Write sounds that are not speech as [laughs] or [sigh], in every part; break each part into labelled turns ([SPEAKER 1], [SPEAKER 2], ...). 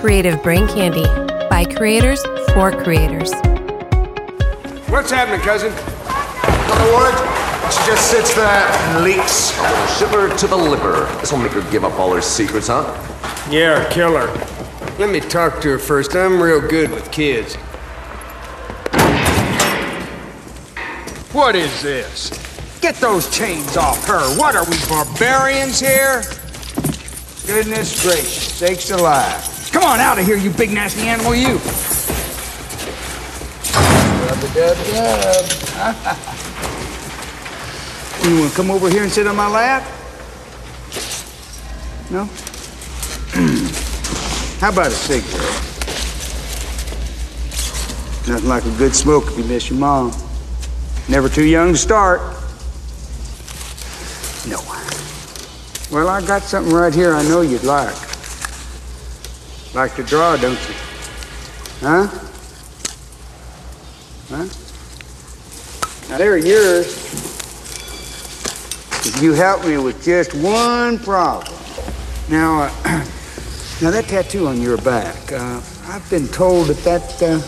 [SPEAKER 1] Creative Brain Candy by creators for creators.
[SPEAKER 2] What's happening, cousin?
[SPEAKER 3] Another word? She just sits there and leaks.
[SPEAKER 4] Shiver to the liver. This will make her give up all her secrets, huh?
[SPEAKER 2] Yeah, killer. Let me talk to her first. I'm real good with kids. What is this? Get those chains off her. What are we, barbarians here? Goodness gracious, sakes alive. Come on out of here, you big nasty animal, you. [laughs] You want to come over here and sit on my lap? No? How about a cigarette? Nothing like a good smoke if you miss your mom. Never too young to start. No. Well, I got something right here I know you'd like. Like to draw, don't you? Huh? Huh? Now, they're yours. If you help me with just one problem. Now, uh, [clears throat] now that tattoo on your back, uh, I've been told that that, uh,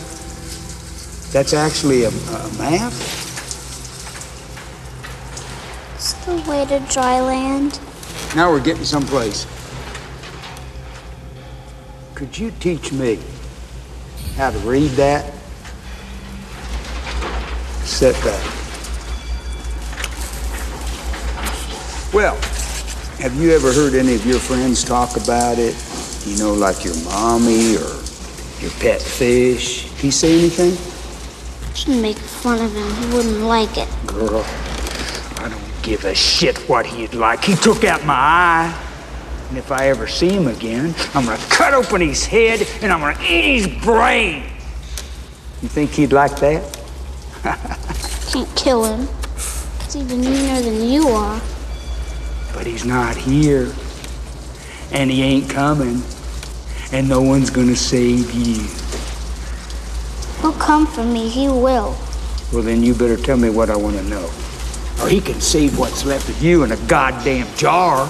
[SPEAKER 2] that's actually a, a map.
[SPEAKER 5] It's the way to dry land.
[SPEAKER 2] Now we're getting someplace. Could you teach me how to read that? Set that. Well, have you ever heard any of your friends talk about it? You know, like your mommy or your pet fish? Did he say anything?
[SPEAKER 5] Shouldn't make fun of him. He wouldn't like it.
[SPEAKER 2] Girl, I don't give a shit what he'd like. He took out my eye. And if I ever see him again, I'm gonna cut open his head and I'm gonna eat his brain. You think he'd like that?
[SPEAKER 5] Can't kill him. He's even meaner than you are.
[SPEAKER 2] But he's not here. And he ain't coming. And no one's gonna save you.
[SPEAKER 5] He'll come for me. He will.
[SPEAKER 2] Well, then you better tell me what I wanna know. Or he can save what's left of you in a goddamn jar.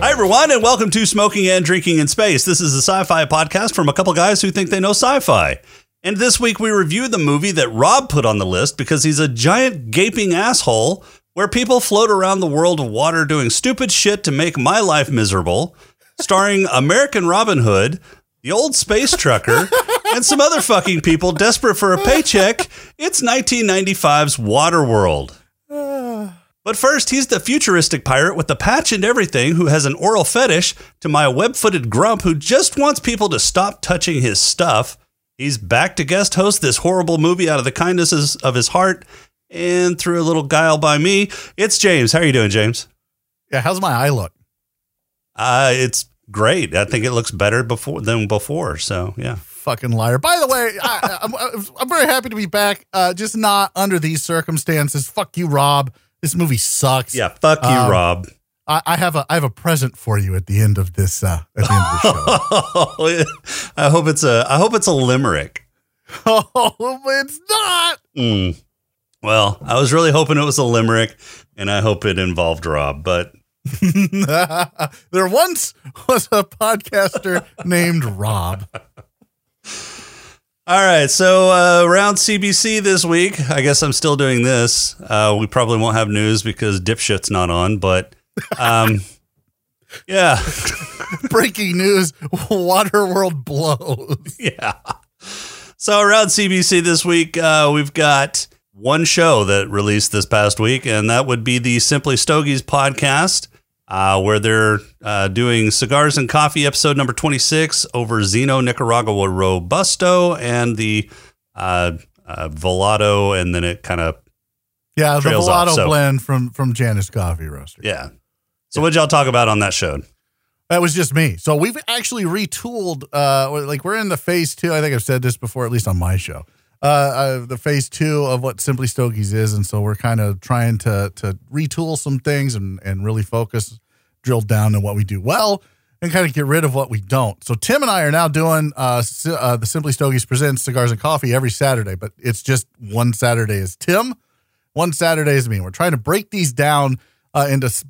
[SPEAKER 6] Hi, everyone, and welcome to Smoking and Drinking in Space. This is a sci fi podcast from a couple guys who think they know sci fi. And this week we reviewed the movie that Rob put on the list because he's a giant gaping asshole where people float around the world of water doing stupid shit to make my life miserable, starring American Robin Hood, the old space trucker, and some other fucking people desperate for a paycheck. It's 1995's Waterworld. But first, he's the futuristic pirate with the patch and everything who has an oral fetish to my web footed grump who just wants people to stop touching his stuff. He's back to guest host this horrible movie out of the kindnesses of his heart and through a little guile by me. It's James. How are you doing, James?
[SPEAKER 7] Yeah, how's my eye look?
[SPEAKER 6] Uh, it's great. I think it looks better before than before. So, yeah.
[SPEAKER 7] Fucking liar. By the way, I, I'm, I'm very happy to be back. Uh, just not under these circumstances. Fuck you, Rob. This movie sucks.
[SPEAKER 6] Yeah. Fuck you,
[SPEAKER 7] Um,
[SPEAKER 6] Rob. [laughs]
[SPEAKER 7] I, I have a I have a present for you at the end of this uh,
[SPEAKER 6] [laughs]
[SPEAKER 7] at the end of the show. [laughs]
[SPEAKER 6] I hope it's a I hope it's a limerick.
[SPEAKER 7] oh, it's not.
[SPEAKER 6] Mm. Well, I was really hoping it was a limerick, and I hope it involved Rob. But
[SPEAKER 7] [laughs] there once was a podcaster named Rob.
[SPEAKER 6] all right, so uh, around CBC this week, I guess I'm still doing this. Uh, we probably won't have news because dipshit's not on, but um, [laughs] yeah,
[SPEAKER 7] Breaking news: Waterworld blows.
[SPEAKER 6] [laughs] yeah. So around CBC this week, uh, we've got one show that released this past week, and that would be the Simply Stogies podcast, uh, where they're uh, doing Cigars and Coffee episode number 26 over Zeno Nicaragua Robusto and the uh, uh, Volato, and then it kind of,
[SPEAKER 7] Yeah, the
[SPEAKER 6] Trails off,
[SPEAKER 7] Volato
[SPEAKER 6] so-
[SPEAKER 7] blend from from Janice Coffee Roaster.
[SPEAKER 6] yeah. So what'd y'all talk about on that show?
[SPEAKER 7] That was just me. So we've actually retooled. Uh, like we're in the phase two. I think I've said this before, at least on my show. Uh, uh the phase two of what Simply Stogies is, and so we're kind of trying to to retool some things and and really focus, drill down on what we do well, and kind of get rid of what we don't. So Tim and I are now doing uh, S- uh, the Simply Stogies presents Cigars and Coffee every Saturday, but it's just one Saturday is Tim, one Saturday is me. We're trying to break these down uh, into s-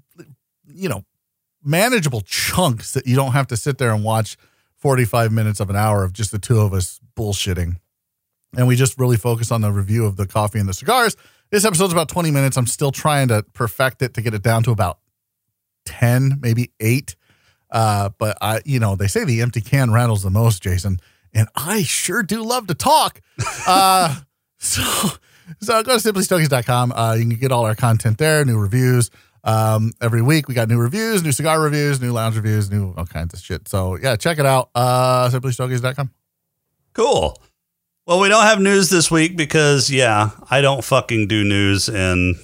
[SPEAKER 7] you know manageable chunks that you don't have to sit there and watch 45 minutes of an hour of just the two of us bullshitting. And we just really focus on the review of the coffee and the cigars. This episode's about 20 minutes. I'm still trying to perfect it to get it down to about 10, maybe 8. Uh, but I, you know, they say the empty can rattles the most, Jason, and I sure do love
[SPEAKER 6] [laughs]
[SPEAKER 7] to talk. uh, so, so go to simplystogies.com. Uh, you can get all our content there, new reviews. Um, every week we got new reviews, new cigar reviews, new lounge reviews, new all kinds of shit. So yeah, check it out. Uh, simplystogies.com.
[SPEAKER 6] Cool. Well, we don't have news this week because yeah, I don't fucking do news and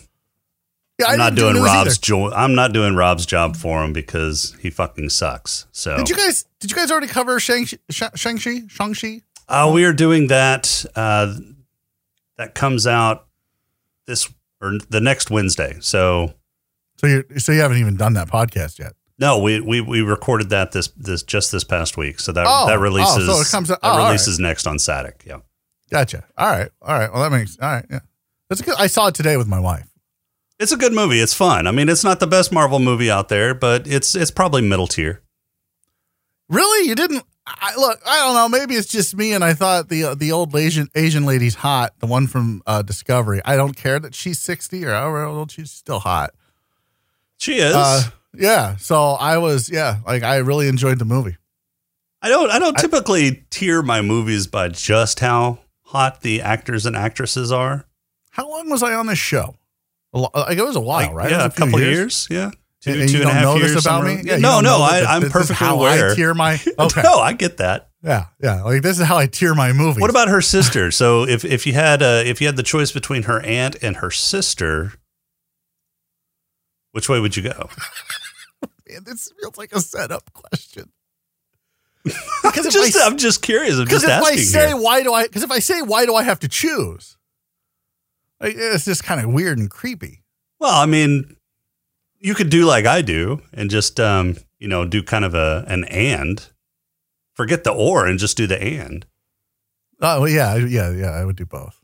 [SPEAKER 7] Yeah, I
[SPEAKER 6] I'm not
[SPEAKER 7] didn't do
[SPEAKER 6] doing
[SPEAKER 7] news
[SPEAKER 6] Rob's
[SPEAKER 7] either.
[SPEAKER 6] jo- I'm not doing Rob's job for him because he fucking sucks. So
[SPEAKER 7] Did you guys, did you guys already cover Shang-Chi, Shang-Chi, Shang-Chi?
[SPEAKER 6] uh, we are doing that. Uh, that comes out this or the next Wednesday. So
[SPEAKER 7] So you, so you haven't even done that podcast yet.
[SPEAKER 6] no, we, we, we recorded that this this just this past week. So that
[SPEAKER 7] Oh,
[SPEAKER 6] that
[SPEAKER 7] oh,
[SPEAKER 6] releases
[SPEAKER 7] so it comes out-
[SPEAKER 6] that
[SPEAKER 7] oh, all right.
[SPEAKER 6] releases next on Satic. Yeah.
[SPEAKER 7] Gotcha. All right. All right. Well, that makes, all right. Yeah. That's good. I saw it today with my wife.
[SPEAKER 6] It's a good movie. It's fun. I mean, it's not the best Marvel movie out there, but it's it's probably middle tier.
[SPEAKER 7] Really? You didn't? I, look, I don't know. Maybe it's just me, and I thought the the old Asian Asian lady's hot, the one from uh, Discovery. I don't care that she's sixty or however old she's still hot.
[SPEAKER 6] She is.
[SPEAKER 7] Uh, yeah. So I was, yeah, like I really enjoyed the movie.
[SPEAKER 6] I don't I don't typically tier my movies by just how hot the actors and actresses are.
[SPEAKER 7] How long was I on this show? A lo- like it was a while,
[SPEAKER 6] Like,
[SPEAKER 7] Oh, right? It
[SPEAKER 6] Yeah,
[SPEAKER 7] was
[SPEAKER 6] a,
[SPEAKER 7] few
[SPEAKER 6] couple years. Yeah. Two,
[SPEAKER 7] And- and
[SPEAKER 6] two
[SPEAKER 7] you
[SPEAKER 6] and a
[SPEAKER 7] don't
[SPEAKER 6] half
[SPEAKER 7] know
[SPEAKER 6] years
[SPEAKER 7] this about
[SPEAKER 6] somewhere-
[SPEAKER 7] me? Yeah, you
[SPEAKER 6] no,
[SPEAKER 7] don't
[SPEAKER 6] no,
[SPEAKER 7] know
[SPEAKER 6] I,
[SPEAKER 7] that
[SPEAKER 6] I'm
[SPEAKER 7] this is
[SPEAKER 6] perfectly
[SPEAKER 7] how I
[SPEAKER 6] aware. [laughs]
[SPEAKER 7] tier my- okay.
[SPEAKER 6] no, I get that.
[SPEAKER 7] Yeah, yeah. Like this is how I tier my movies.
[SPEAKER 6] What about her sister? So if if you had uh, if you had the choice between her aunt and her sister, which way would you go?
[SPEAKER 7] Man, this feels like a setup question. Because if
[SPEAKER 6] [laughs]
[SPEAKER 7] I
[SPEAKER 6] Just,
[SPEAKER 7] s-
[SPEAKER 6] I, am just curious. I'm
[SPEAKER 7] Because
[SPEAKER 6] just
[SPEAKER 7] if
[SPEAKER 6] asking.
[SPEAKER 7] I say
[SPEAKER 6] here.
[SPEAKER 7] why do I? Because if I say why do I have to choose? Like, it's just kind of weird and creepy.
[SPEAKER 6] Well, I mean, you could do like I do and just um, you know do kind of a an and forget the or and just do the and.
[SPEAKER 7] Oh well, yeah, I- yeah, yeah. I would do both.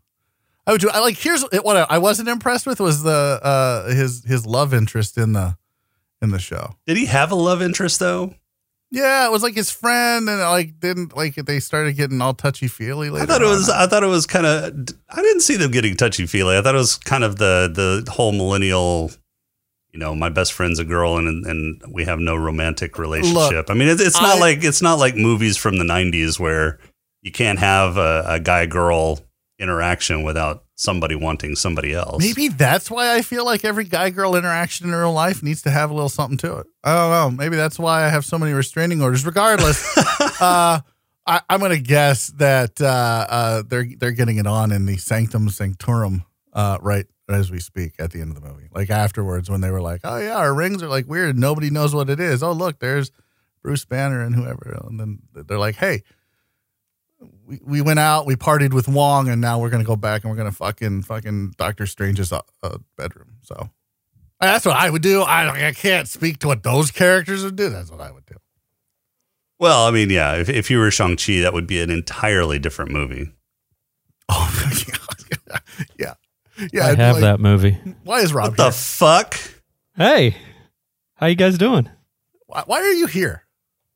[SPEAKER 7] I would do. I like here's what I, I wasn't impressed with was the uh his his love interest in the in the show.
[SPEAKER 6] Did he have a love interest though?
[SPEAKER 7] Yeah, it was like his friend, and like didn't like they started getting all touchy feely later.
[SPEAKER 6] I thought it
[SPEAKER 7] on.
[SPEAKER 6] was. I thought it was kind of. I didn't see them getting touchy feely. I thought it was kind of the the whole millennial. You know, my best friend's a girl, and and we have no romantic relationship. I mean, it's, it's not
[SPEAKER 7] I-
[SPEAKER 6] like it's not like movies from the '90s where you can't have a, a guy girl interaction without somebody wanting somebody else.
[SPEAKER 7] Maybe that's why I feel like every guy girl interaction in real life needs to have a little something to it. I don't know. Maybe that's why I have so many restraining orders. Regardless, uh, I, I'm going to guess that uh, uh, they're they're getting it on in the sanctum sanctorum uh, right as we speak at the end of the movie. Like afterwards, when they were like, "Oh yeah, our rings are like weird. Nobody knows what it is." Oh look, there's Bruce Banner and whoever, and then they're like, "Hey." we, we went out, we partied with Wong, and now we're gonna go back and we're gonna fucking fucking Doctor Strange's uh, uh, bedroom. So that's what I would do. I I can't speak to what those characters would do. That's what I would do. [laughs]
[SPEAKER 6] Well, I mean, yeah. If if you were Shang Chi, that would be an entirely different movie.
[SPEAKER 7] Oh yeah, [laughs] yeah, yeah.
[SPEAKER 8] I
[SPEAKER 7] I'd be
[SPEAKER 8] have
[SPEAKER 7] like,
[SPEAKER 8] that movie.
[SPEAKER 7] Why is Rob
[SPEAKER 6] What the
[SPEAKER 7] here?
[SPEAKER 6] fuck?
[SPEAKER 8] Hey, how you guys doing? Uh,
[SPEAKER 7] why, why are you here?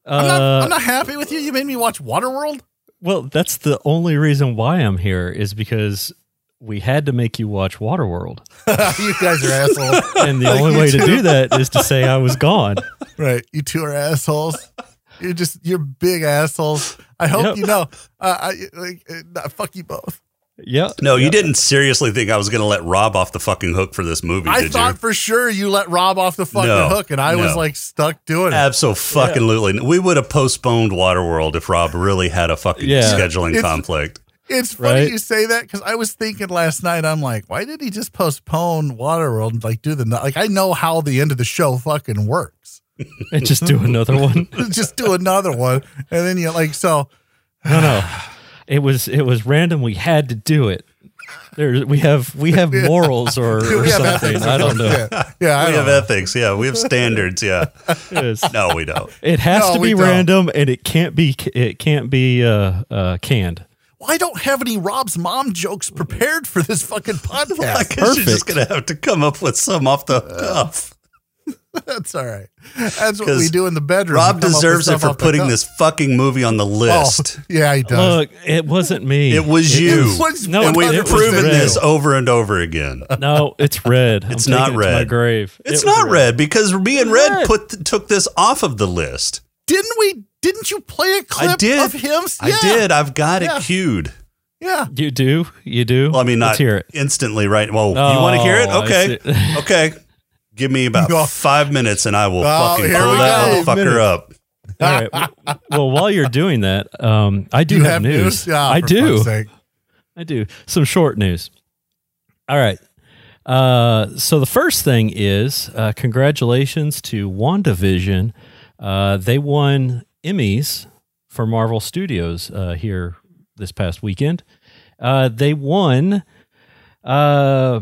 [SPEAKER 7] I'm not, I'm not happy with you. You made me watch Waterworld. [laughs]
[SPEAKER 8] Well, that's the only reason why I'm here is because we had to make you watch Waterworld,
[SPEAKER 7] [laughs] you guys are assholes.
[SPEAKER 8] [laughs] and the only way to do that is to say I was gone.
[SPEAKER 7] Right. You two are assholes. You're just you're big assholes. I hope
[SPEAKER 8] Yep.
[SPEAKER 7] you know. Uh, I like uh, nah, fuck you both.
[SPEAKER 8] Yep.
[SPEAKER 6] No, you didn't seriously think I was going to let Rob off the fucking hook for this movie,
[SPEAKER 7] I
[SPEAKER 6] did
[SPEAKER 7] thought
[SPEAKER 6] you?
[SPEAKER 7] for sure you let Rob off the fucking
[SPEAKER 6] No,
[SPEAKER 7] hook, and I was
[SPEAKER 6] no.
[SPEAKER 7] like stuck doing it.
[SPEAKER 6] Absolutely. We would have postponed Waterworld if Rob really had a fucking
[SPEAKER 8] Yeah.
[SPEAKER 6] scheduling
[SPEAKER 7] It's-
[SPEAKER 6] conflict.
[SPEAKER 7] It's funny
[SPEAKER 8] Right.
[SPEAKER 7] you say that because I was thinking last night. I'm like, why did he just postpone Waterworld and like do the like? I know how the end of the show fucking works. [laughs]
[SPEAKER 8] And just do another one.
[SPEAKER 7] just do another one, and then you like so.
[SPEAKER 8] No, no. It was it was random. We had to do it.
[SPEAKER 9] There, we have we have
[SPEAKER 7] [laughs]
[SPEAKER 9] morals or,
[SPEAKER 7] Yeah,
[SPEAKER 9] or
[SPEAKER 7] we have
[SPEAKER 9] something.
[SPEAKER 7] ethics.
[SPEAKER 9] I don't know.
[SPEAKER 7] Yeah, yeah I
[SPEAKER 6] we
[SPEAKER 7] don't
[SPEAKER 6] have
[SPEAKER 7] know.
[SPEAKER 6] ethics. Yeah, we have standards.
[SPEAKER 7] [laughs]
[SPEAKER 6] Yeah,
[SPEAKER 9] It's-
[SPEAKER 6] no, we don't.
[SPEAKER 9] It has
[SPEAKER 7] No,
[SPEAKER 9] to
[SPEAKER 7] we
[SPEAKER 9] be
[SPEAKER 7] don't.
[SPEAKER 9] random, and it can't be it can't be uh, uh, canned.
[SPEAKER 7] Well, I don't have any Rob's mom jokes prepared for
[SPEAKER 6] [laughs]
[SPEAKER 7] this fucking
[SPEAKER 6] I
[SPEAKER 7] podcast.
[SPEAKER 6] guess you're just
[SPEAKER 9] perfect.
[SPEAKER 6] gonna have to come up with some off the cuff.
[SPEAKER 7] That's all right. That's what
[SPEAKER 6] 'Cause
[SPEAKER 7] we do in the bedroom.
[SPEAKER 6] Rob
[SPEAKER 7] We come up with
[SPEAKER 6] deserves it
[SPEAKER 7] stuff
[SPEAKER 6] for
[SPEAKER 7] off the
[SPEAKER 6] putting
[SPEAKER 7] cuff.
[SPEAKER 6] this fucking movie on the list.
[SPEAKER 7] Oh, yeah, he does.
[SPEAKER 9] Look, it wasn't me.
[SPEAKER 6] It was you.
[SPEAKER 7] was
[SPEAKER 9] No,
[SPEAKER 6] and we've
[SPEAKER 9] 100%
[SPEAKER 6] proven
[SPEAKER 9] real.
[SPEAKER 6] this over and over again.
[SPEAKER 9] no, it's red. I'm
[SPEAKER 6] It's not
[SPEAKER 9] taking it to my
[SPEAKER 6] red.
[SPEAKER 9] grave.
[SPEAKER 6] It's
[SPEAKER 9] It was
[SPEAKER 6] not red. because me and Red,
[SPEAKER 9] Red.
[SPEAKER 6] put took this off of the list.
[SPEAKER 7] didn't we? Didn't you play a clip
[SPEAKER 6] I did.
[SPEAKER 7] of him?
[SPEAKER 6] I did. I've got
[SPEAKER 7] Yeah.
[SPEAKER 6] it queued.
[SPEAKER 7] Yeah.
[SPEAKER 9] You do. You do.
[SPEAKER 6] Well, I mean, not
[SPEAKER 9] Let's hear it.
[SPEAKER 6] instantly, right? Well, you want to hear it?
[SPEAKER 9] Oh, I
[SPEAKER 6] Okay.
[SPEAKER 9] see. [laughs]
[SPEAKER 6] okay. Give me about
[SPEAKER 7] Oh.
[SPEAKER 6] five minutes and I will
[SPEAKER 7] Oh,
[SPEAKER 6] fucking
[SPEAKER 7] here
[SPEAKER 6] pull
[SPEAKER 7] we
[SPEAKER 6] that
[SPEAKER 7] go.
[SPEAKER 6] motherfucker
[SPEAKER 9] Minutes.
[SPEAKER 6] up.
[SPEAKER 9] All right.
[SPEAKER 6] [laughs]
[SPEAKER 9] Well- Well, while you're doing that, um, I do
[SPEAKER 7] You
[SPEAKER 9] have,
[SPEAKER 7] have
[SPEAKER 9] news.
[SPEAKER 7] news? Yeah,
[SPEAKER 9] I
[SPEAKER 7] for
[SPEAKER 9] do.
[SPEAKER 7] fuck's sake.
[SPEAKER 9] I do. Some short news. All right. Uh, so the first thing is uh, congratulations to WandaVision. Uh, they won Emmys for Marvel Studios uh, here this past weekend. Uh, they won uh,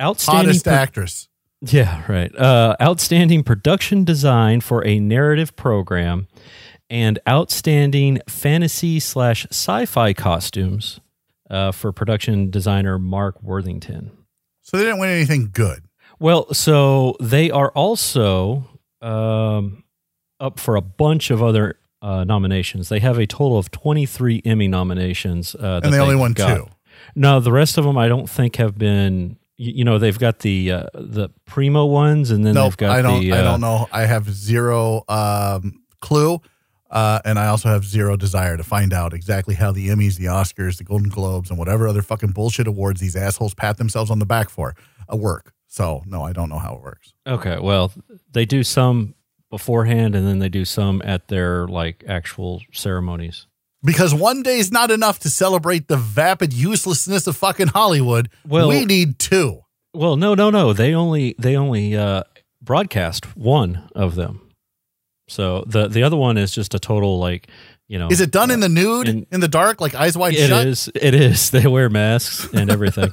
[SPEAKER 9] outstanding
[SPEAKER 7] Hottest
[SPEAKER 9] pro-
[SPEAKER 7] actress.
[SPEAKER 9] yeah, right. Uh, outstanding production design for a narrative program and outstanding fantasy slash sci fi costumes uh, for production designer Mark Worthington.
[SPEAKER 7] So they didn't win anything good.
[SPEAKER 9] Well, so they are also um, up for a bunch of other uh, nominations. They have a total of 23 Emmy nominations. Uh, that
[SPEAKER 7] And they only won
[SPEAKER 9] got.
[SPEAKER 7] two.
[SPEAKER 9] No, the rest of them I don't think have been. You, you know, they've got the uh, the primo ones, and then they've
[SPEAKER 7] Nope.
[SPEAKER 9] got
[SPEAKER 7] I don't
[SPEAKER 9] the.
[SPEAKER 7] I
[SPEAKER 9] uh,
[SPEAKER 7] don't know. I have zero um, clue. Uh, and I also have zero desire to find out exactly how the Emmys, the Oscars, the Golden Globes, and whatever other fucking bullshit awards these assholes pat themselves on the back for uh, work. So no, I don't know how it works.
[SPEAKER 9] Okay, well, they do some beforehand, and then they do some at their like actual ceremonies.
[SPEAKER 7] Because one day is not enough to celebrate the vapid uselessness of fucking Hollywood.
[SPEAKER 9] Well-
[SPEAKER 7] we need two.
[SPEAKER 9] Well, no, no, no. They only they only uh, broadcast one of them. So the the other one is just a total like you know.
[SPEAKER 7] Is it done in the nude,
[SPEAKER 9] In-
[SPEAKER 7] in, the dark, like eyes wide
[SPEAKER 9] It
[SPEAKER 7] shut?
[SPEAKER 9] is. It is. [laughs] They wear masks and everything.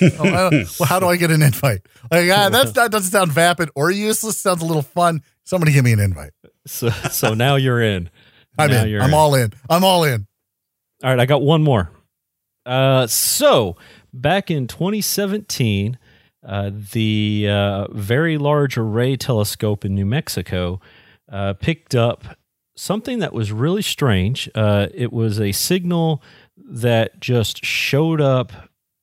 [SPEAKER 7] Oh, I don't- well, how do I get an invite? Like ah,
[SPEAKER 9] [laughs]
[SPEAKER 7] that's, that doesn't sound vapid or useless. Sounds a little fun. Somebody give me an invite.
[SPEAKER 9] so so now you're in.
[SPEAKER 7] I'm
[SPEAKER 9] Now
[SPEAKER 7] in.
[SPEAKER 9] you're
[SPEAKER 7] I'm all in. I'm all in.
[SPEAKER 9] All right, I got one more. Uh, so back in 2017, uh, the uh, Very Large Array Telescope in New Mexico uh, picked up something that was really strange. Uh, it was a signal that just showed up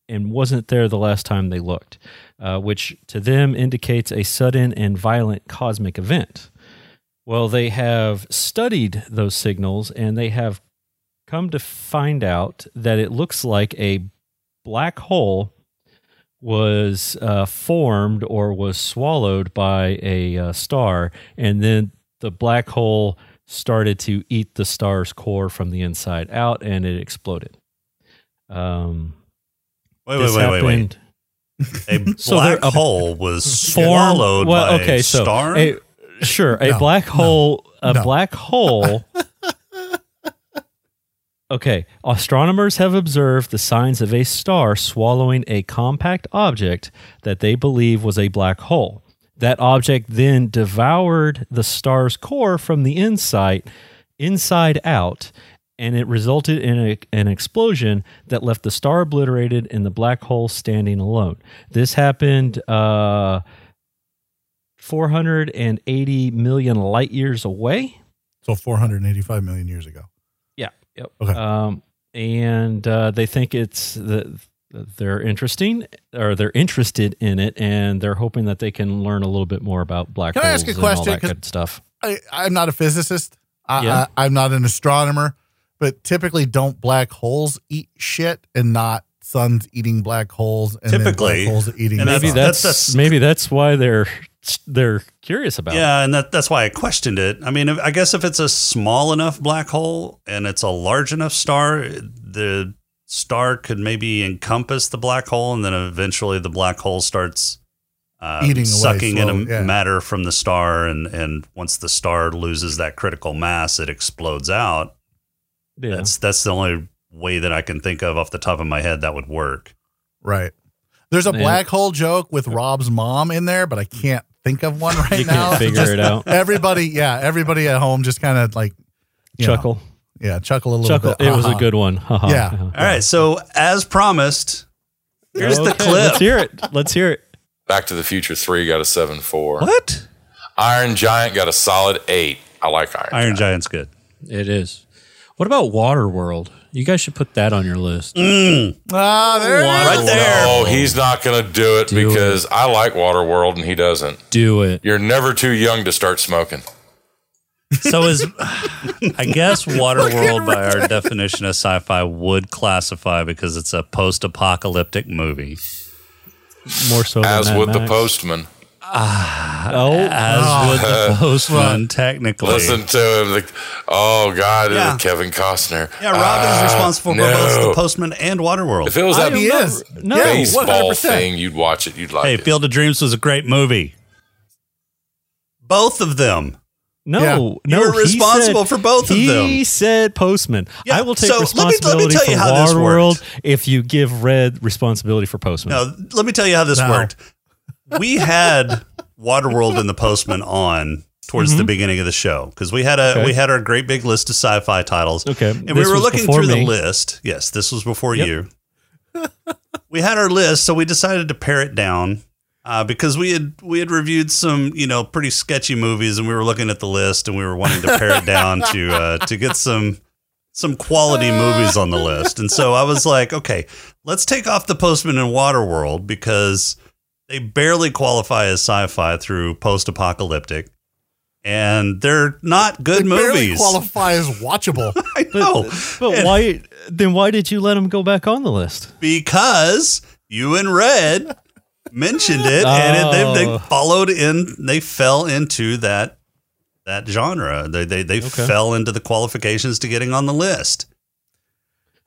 [SPEAKER 9] and wasn't there the last time they looked, uh, which to them indicates a sudden and violent cosmic event. Well, they have studied those signals and they have come to find out that it looks like a black hole was uh, formed or was swallowed by a uh, star, and then the black hole started to eat the star's core from the inside out, and it exploded. Um,
[SPEAKER 6] Wait,
[SPEAKER 9] this
[SPEAKER 6] wait, wait, wait, wait.
[SPEAKER 9] happened-
[SPEAKER 6] A black
[SPEAKER 9] [laughs] So they're a-
[SPEAKER 6] hole was
[SPEAKER 9] [laughs] form-
[SPEAKER 6] swallowed by a star.
[SPEAKER 9] a- sure, a
[SPEAKER 7] No,
[SPEAKER 9] black
[SPEAKER 7] no,
[SPEAKER 9] hole, a
[SPEAKER 7] no.
[SPEAKER 9] black
[SPEAKER 7] [laughs]
[SPEAKER 9] hole. okay, astronomers have observed the signs of a star swallowing a compact object that they believe was a black hole. That object then devoured the star's core from the inside, inside out, and it resulted in a, an explosion that left the star obliterated and the black hole standing alone. This happened uh, 480 million light years away.
[SPEAKER 7] So 485 million years ago.
[SPEAKER 9] Yeah. Yep.
[SPEAKER 7] Okay.
[SPEAKER 9] Um, and uh, they think it's the they're interesting or they're interested in it, and they're hoping that they can learn a little bit more about black
[SPEAKER 7] Can I
[SPEAKER 9] holes
[SPEAKER 7] ask a
[SPEAKER 9] and
[SPEAKER 7] question?
[SPEAKER 9] all that
[SPEAKER 7] 'Cause-
[SPEAKER 9] good stuff.
[SPEAKER 7] I, I'm not a physicist. I,
[SPEAKER 9] Yeah.
[SPEAKER 7] I, I'm not an astronomer, but typically, don't black holes eat shit and not suns eating black holes and then
[SPEAKER 6] Typically.
[SPEAKER 7] black holes eating
[SPEAKER 6] And
[SPEAKER 9] Maybe
[SPEAKER 7] suns?
[SPEAKER 9] that's,
[SPEAKER 6] that's-
[SPEAKER 9] maybe that's why they're they're curious about. it.
[SPEAKER 6] yeah, and that, that's why I questioned it. I mean, if- I guess if it's a small enough black hole and it's a large enough star, the star could maybe encompass the black hole, and then eventually the black hole starts uh,
[SPEAKER 7] Eating away
[SPEAKER 6] sucking in
[SPEAKER 7] slowly, yeah.
[SPEAKER 6] matter from the star, and and once the star loses that critical mass, it explodes out.
[SPEAKER 9] Yeah.
[SPEAKER 6] That's that's the only way that I can think of off the top of my head that would work.
[SPEAKER 7] Right. There's a
[SPEAKER 9] Yeah.
[SPEAKER 7] black hole joke with Rob's mom in there, but I can't think of one right
[SPEAKER 9] You
[SPEAKER 7] now.
[SPEAKER 9] can't
[SPEAKER 7] [laughs]
[SPEAKER 9] figure
[SPEAKER 7] Just
[SPEAKER 9] it out.
[SPEAKER 7] Everybody, yeah, everybody at home just kind of like you know,
[SPEAKER 9] Chuckle,
[SPEAKER 7] yeah, chuckle a little
[SPEAKER 9] chuckle.
[SPEAKER 7] bit.
[SPEAKER 9] It was a
[SPEAKER 7] Uh-huh.
[SPEAKER 9] good one. Ha ha.
[SPEAKER 7] Yeah.
[SPEAKER 9] Ha ha.
[SPEAKER 6] All right. So as promised, here's the
[SPEAKER 9] Okay,
[SPEAKER 6] clip.
[SPEAKER 9] Let's hear it. Let's hear it.
[SPEAKER 10] Back to the Future 3 got a 7 4.
[SPEAKER 6] What?
[SPEAKER 10] Iron Giant got a solid 8. I like Iron.
[SPEAKER 6] Iron Giant's good.
[SPEAKER 11] It is. What about Waterworld? You guys should put that on your list.
[SPEAKER 7] Ah, there it is.
[SPEAKER 6] Right
[SPEAKER 7] Oh,
[SPEAKER 6] there.
[SPEAKER 10] No, he's not going to do it
[SPEAKER 11] Do
[SPEAKER 10] because I like Waterworld and he doesn't.
[SPEAKER 11] Do it.
[SPEAKER 10] You're never too young to start smoking.
[SPEAKER 6] So is I [laughs] guess Waterworld by our definition of sci-fi would classify because it's a post-apocalyptic movie.
[SPEAKER 9] More so than
[SPEAKER 10] As
[SPEAKER 9] Mad
[SPEAKER 10] would the
[SPEAKER 9] Max.
[SPEAKER 10] postman.
[SPEAKER 9] Oh,
[SPEAKER 6] As would
[SPEAKER 10] [laughs]
[SPEAKER 6] the postman technically.
[SPEAKER 10] Ah. Listen to him. Like, oh, God,
[SPEAKER 6] Yeah.
[SPEAKER 10] Kevin Costner.
[SPEAKER 6] Yeah, Rob is
[SPEAKER 10] Ah,
[SPEAKER 6] responsible for
[SPEAKER 10] no.
[SPEAKER 6] both the postman and Waterworld.
[SPEAKER 10] If it was that
[SPEAKER 7] He is.
[SPEAKER 9] no.
[SPEAKER 7] Yeah,
[SPEAKER 10] baseball
[SPEAKER 7] 100%.
[SPEAKER 10] thing, you'd watch it. You'd like
[SPEAKER 6] hey,
[SPEAKER 10] it.
[SPEAKER 6] Field of Dreams was a great movie. Both of them.
[SPEAKER 9] no,
[SPEAKER 7] Yeah.
[SPEAKER 9] no.
[SPEAKER 6] You were
[SPEAKER 9] he
[SPEAKER 6] responsible
[SPEAKER 9] said-
[SPEAKER 6] for both of
[SPEAKER 9] he
[SPEAKER 6] them.
[SPEAKER 9] said Postman.
[SPEAKER 6] Yeah,
[SPEAKER 9] I will take
[SPEAKER 6] so let me- let me
[SPEAKER 9] responsibility
[SPEAKER 6] tell you
[SPEAKER 9] for
[SPEAKER 6] how this
[SPEAKER 9] Waterworld
[SPEAKER 6] worked.
[SPEAKER 9] if you give Red responsibility for Postman.
[SPEAKER 6] Now, let me tell you how this
[SPEAKER 7] No.
[SPEAKER 6] worked. We had Waterworld and the Postman on towards the beginning of the show because we had a
[SPEAKER 9] Mm-hmm. Okay.
[SPEAKER 6] we had our great big list of sci-fi titles.
[SPEAKER 9] Okay,
[SPEAKER 6] and we
[SPEAKER 9] this
[SPEAKER 6] were
[SPEAKER 9] was
[SPEAKER 6] looking
[SPEAKER 9] before
[SPEAKER 6] through the
[SPEAKER 9] me.
[SPEAKER 6] list. Yes, this was before
[SPEAKER 9] Yep.
[SPEAKER 6] you. we had our list, so we decided to pare it down uh, because we had we had reviewed some you know pretty sketchy movies, and we were looking at the list, and we were wanting to pare it down to uh, to get some some quality
[SPEAKER 7] Uh.
[SPEAKER 6] movies on the list. And so I was like, okay, let's take off the Postman and Waterworld because they barely qualify as sci-fi through post-apocalyptic, and they're not
[SPEAKER 7] They
[SPEAKER 6] good
[SPEAKER 7] barely
[SPEAKER 6] movies. [laughs]
[SPEAKER 7] qualify as watchable.
[SPEAKER 6] I know.
[SPEAKER 9] but why? Then why did you let him go back on the list?
[SPEAKER 6] because you and Red mentioned it, and it, they,
[SPEAKER 9] Oh.
[SPEAKER 6] they followed in. They fell into that that genre. They they, they
[SPEAKER 9] Okay.
[SPEAKER 6] fell into the qualifications to getting on the list. [laughs]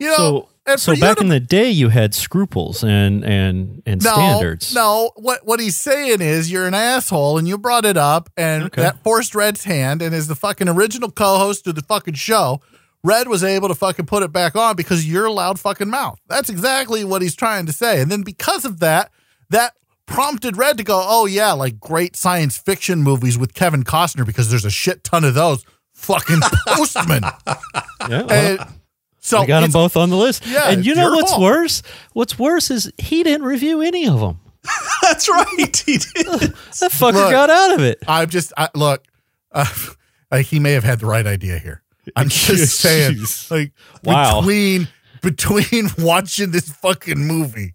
[SPEAKER 7] You know,
[SPEAKER 9] so,
[SPEAKER 7] and
[SPEAKER 9] so
[SPEAKER 7] for you
[SPEAKER 9] back
[SPEAKER 7] to-
[SPEAKER 9] in the day, you had scruples and and and
[SPEAKER 7] no,
[SPEAKER 9] standards.
[SPEAKER 7] No, what what he's saying is you're an asshole, and you brought it up, and
[SPEAKER 9] Okay.
[SPEAKER 7] that forced Red's hand, and is the fucking original co-host of the fucking show. Red was able to fucking put it back on because your loud fucking mouth. That's exactly what he's trying to say. And then because of that, that prompted Red to go, "Oh yeah, like great science fiction movies with Kevin Costner because there's a shit ton of those."
[SPEAKER 9] [laughs]
[SPEAKER 7] Fucking postman.
[SPEAKER 9] Yeah, well,
[SPEAKER 7] And so
[SPEAKER 9] we got them
[SPEAKER 7] it's-
[SPEAKER 9] both on the list.
[SPEAKER 7] Yeah,
[SPEAKER 9] and you
[SPEAKER 7] it's
[SPEAKER 9] know
[SPEAKER 7] your
[SPEAKER 9] what's
[SPEAKER 7] fault.
[SPEAKER 9] worse? What's worse is he didn't review any of them.
[SPEAKER 6] That's right. He did.
[SPEAKER 9] That fucker
[SPEAKER 7] Look.
[SPEAKER 9] got out of it.
[SPEAKER 7] I'm just I, look. Uh, [laughs] like he may have had the right idea here.
[SPEAKER 9] [laughs]
[SPEAKER 7] I'm just saying,
[SPEAKER 9] Jeez.
[SPEAKER 7] like
[SPEAKER 9] Wow.
[SPEAKER 7] between between [laughs] watching this fucking movie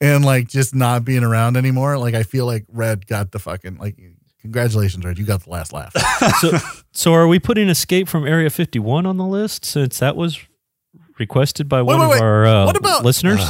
[SPEAKER 7] and like just not being around anymore, like I feel like Red got the fucking like. Congratulations, Red. You got the last
[SPEAKER 9] [laughs]
[SPEAKER 7] laugh.
[SPEAKER 9] So, so are we putting Escape from Area 51 on the list since that was requested by one
[SPEAKER 7] wait,
[SPEAKER 9] of
[SPEAKER 7] wait.
[SPEAKER 9] our uh,
[SPEAKER 7] What
[SPEAKER 6] [sighs]
[SPEAKER 7] about-
[SPEAKER 9] listeners?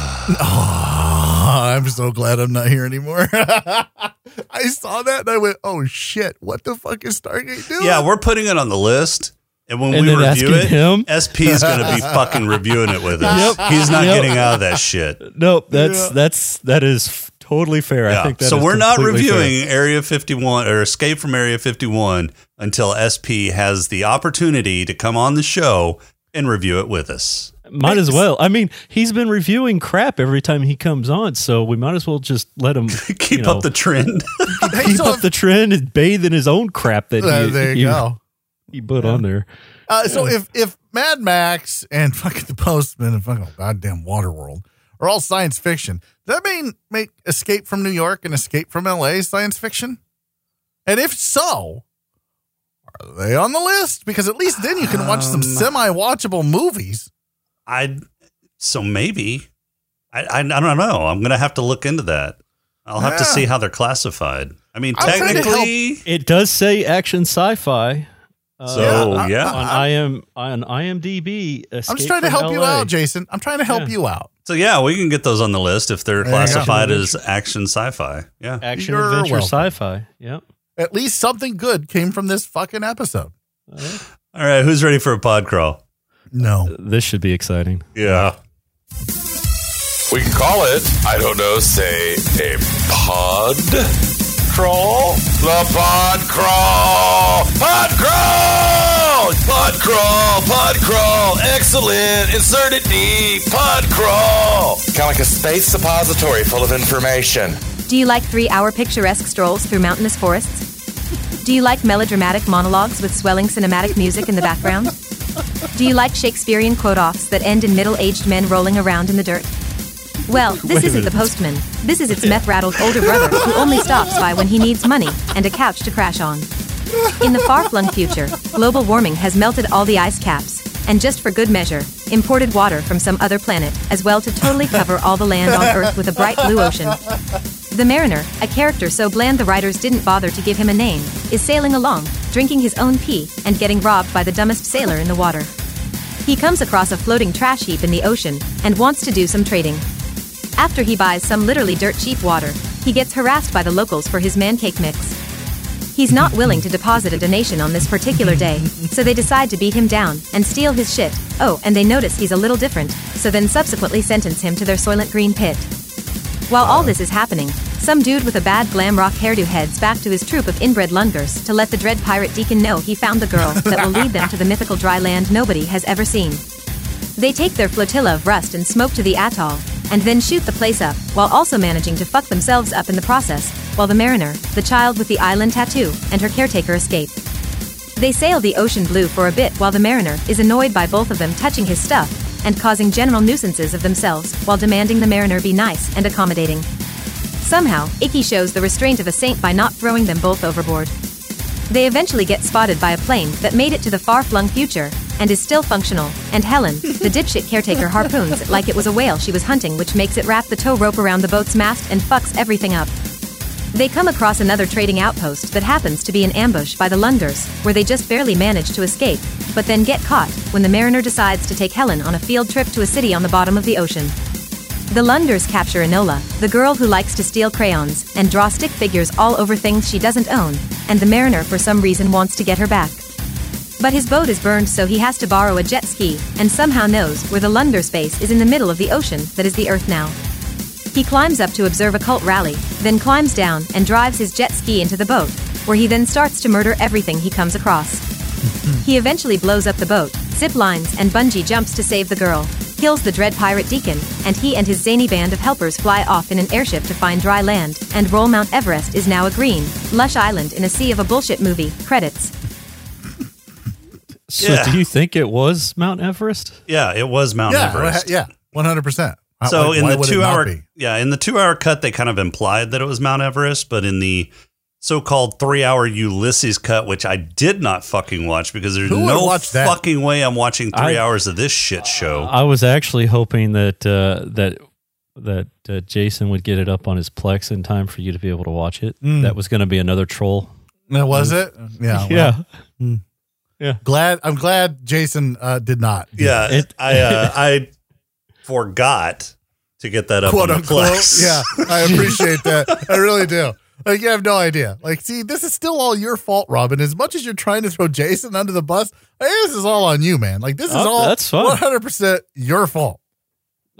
[SPEAKER 7] I'm so glad I'm not here anymore. [laughs] I saw that and I went, "Oh shit! What the fuck is Stargate doing?" [laughs]
[SPEAKER 6] yeah, we're putting it on the list. And when
[SPEAKER 9] And
[SPEAKER 6] we
[SPEAKER 9] then
[SPEAKER 6] review
[SPEAKER 9] asking
[SPEAKER 6] it,
[SPEAKER 9] him?
[SPEAKER 6] SP is going to
[SPEAKER 7] [laughs]
[SPEAKER 6] be fucking reviewing it with us.
[SPEAKER 9] Yep.
[SPEAKER 6] He's not
[SPEAKER 9] Yep.
[SPEAKER 6] getting out of that shit.
[SPEAKER 9] nope, that's
[SPEAKER 7] Yeah.
[SPEAKER 9] that's that is f- totally fair. I
[SPEAKER 6] Yeah.
[SPEAKER 9] think that
[SPEAKER 6] so
[SPEAKER 9] is
[SPEAKER 6] we're not
[SPEAKER 9] completely fair.
[SPEAKER 6] reviewing Area 51 or Escape from Area 51 until SP has the opportunity to come on the show and review it with us.
[SPEAKER 9] Might as well. I mean, he's been reviewing crap every time he comes on, so we might as well just let him
[SPEAKER 6] [laughs] Keep
[SPEAKER 9] you know,
[SPEAKER 6] up the trend. [laughs]
[SPEAKER 7] Hey,
[SPEAKER 9] keep
[SPEAKER 7] so
[SPEAKER 9] up
[SPEAKER 7] if-
[SPEAKER 9] the trend and bathe in his own crap
[SPEAKER 7] [laughs]
[SPEAKER 9] that
[SPEAKER 7] Uh,
[SPEAKER 9] he,
[SPEAKER 7] there
[SPEAKER 9] he,
[SPEAKER 7] you go.
[SPEAKER 9] he put on there.
[SPEAKER 7] Uh, so if if Mad Max and [laughs] fucking the Postman and fucking goddamn Waterworld are all science fiction, does that mean make Escape from New York and Escape from L.A. science fiction? And if so, are they on the list? Because at least then you can watch some
[SPEAKER 6] Um,
[SPEAKER 7] semi-watchable movies.
[SPEAKER 6] I so maybe I, I I don't know. I'm gonna have to look into that. I'll have to
[SPEAKER 7] Yeah.
[SPEAKER 6] see how they're classified. I mean,
[SPEAKER 7] I'm trying to
[SPEAKER 6] technically,
[SPEAKER 9] It does say action sci-fi. Uh,
[SPEAKER 6] so
[SPEAKER 7] Yeah, I-
[SPEAKER 6] yeah.
[SPEAKER 9] on I am on IMDb.
[SPEAKER 7] I'm just
[SPEAKER 9] Escape
[SPEAKER 7] trying to
[SPEAKER 9] from
[SPEAKER 7] help you
[SPEAKER 9] LA.
[SPEAKER 7] out, Jason. I'm trying to help
[SPEAKER 9] Yeah.
[SPEAKER 7] you out.
[SPEAKER 6] so yeah, we can get those on the list if they're
[SPEAKER 7] There you go.
[SPEAKER 6] classified as action sci-fi. Yeah,
[SPEAKER 9] Action
[SPEAKER 7] You're
[SPEAKER 9] adventure
[SPEAKER 7] welcome.
[SPEAKER 9] sci-fi. Yep.
[SPEAKER 7] At least something good came from this fucking episode.
[SPEAKER 6] All right, who's ready for a pod crawl?
[SPEAKER 7] No.
[SPEAKER 9] This should be exciting.
[SPEAKER 6] Yeah.
[SPEAKER 10] We can call it, I don't know, say a pod crawl? The pod crawl! Pod crawl! Pod crawl, pod crawl, excellent, insert it deep, pod crawl. Kind of like a space suppository full of information.
[SPEAKER 1] Do you like three hour picturesque strolls through mountainous forests? Do you like melodramatic monologues with swelling cinematic music in the background? Do you like Shakespearean quote offs that end in middle aged men rolling around in the dirt? Well, this isn't the postman. This is its meth rattled older brother who only stops by when he needs money and a couch to crash on. In the far flung future, global warming has melted all the ice caps, and just for good measure, imported water from some other planet as well to totally cover all the land on Earth with a bright blue ocean. The mariner, a character so bland the writers didn't bother to give him a name, is sailing along, drinking his own pee, and getting robbed by the dumbest sailor in the water. He comes across a floating trash heap in the ocean and wants to do some trading. After he buys some literally dirt cheap water, he gets harassed by the locals for his man cake mix. He's not willing to deposit a donation on this particular day, so they decide to beat him down and steal his shit. Oh, and they notice he's a little different, so then subsequently sentence him to their soylent green pit. While all this is happening, some dude with a bad glam rock hairdo heads back to his troop of inbred lungers to let the dread pirate deacon know he found the girl that will lead them to the mythical dry land nobody has ever seen. They take their flotilla of rust and smoke to the atoll, and then shoot the place up, while also managing to fuck themselves up in the process, while the mariner, the child with the island tattoo, and her caretaker escape. They sail the ocean blue for a bit while the mariner is annoyed by both of them touching his stuff and causing general nuisances of themselves while demanding the mariner be nice and accommodating. Somehow, Icky shows the restraint of a saint by not throwing them both overboard. They eventually get spotted by a plane that made it to the far flung future and is still functional, and Helen, the dipshit caretaker, harpoons it like it was a whale she was hunting, which makes it wrap the tow rope around the boat's mast and fucks everything up. They come across another trading outpost that happens to be an ambush by the Lunders, where they just barely manage to escape, but then get caught when the mariner decides to take Helen on a field trip to a city on the bottom of the ocean. The Lunders capture Enola, the girl who likes to steal crayons and draw stick figures all over things she doesn't own, and the mariner for some reason wants to get her back. But his boat is burned, so he has to borrow a jet ski and somehow knows where the Lunders base is in the middle of the ocean that is the Earth now. He climbs up to observe a cult rally, then climbs down and drives his jet ski into the boat, where he then starts to murder everything he comes across. he eventually blows up the boat, zip lines, and bungee jumps to save the girl, kills the dread pirate deacon, and he and his zany band of helpers fly off in an airship to find dry land and roll Mount Everest is now a green, lush island in a sea of a bullshit movie. Credits.
[SPEAKER 8] So,
[SPEAKER 6] Yeah.
[SPEAKER 8] do you think it was Mount Everest?
[SPEAKER 6] Yeah, it was Mount
[SPEAKER 7] yeah,
[SPEAKER 6] Everest.
[SPEAKER 7] yeah, one hundred percent.
[SPEAKER 6] So in the two hour yeah, in the two hour cut they kind of implied that it was Mount Everest, but in the so called three hour Ulysses cut, which I did not fucking watch because there's
[SPEAKER 7] Who would
[SPEAKER 6] no
[SPEAKER 7] watch that?
[SPEAKER 6] fucking way I'm watching three
[SPEAKER 8] I-
[SPEAKER 6] hours of this shit show.
[SPEAKER 7] Uh,
[SPEAKER 8] I was actually hoping that uh, that that uh, Jason would get it up on his Plex in time for you to be able to watch it.
[SPEAKER 7] Mm.
[SPEAKER 8] That was going to be another troll.
[SPEAKER 7] was
[SPEAKER 6] Mm.
[SPEAKER 7] it? Yeah,
[SPEAKER 6] [laughs]
[SPEAKER 7] well,
[SPEAKER 8] yeah,
[SPEAKER 7] Glad I'm glad Jason uh, did not. do
[SPEAKER 6] yeah,
[SPEAKER 8] It-
[SPEAKER 6] I uh, [laughs] I forgot to that. to get that up
[SPEAKER 7] quote
[SPEAKER 6] on the
[SPEAKER 7] unquote.
[SPEAKER 6] Plex.
[SPEAKER 7] Yeah, I appreciate that. I really do. Like you have no idea. Like, see, this is still all your fault, Robin. As much as you're trying to throw Jason under the bus, like, this is all on you, man. Like this is
[SPEAKER 8] Oh,
[SPEAKER 7] all
[SPEAKER 8] that's fine.
[SPEAKER 7] 100 percent your fault.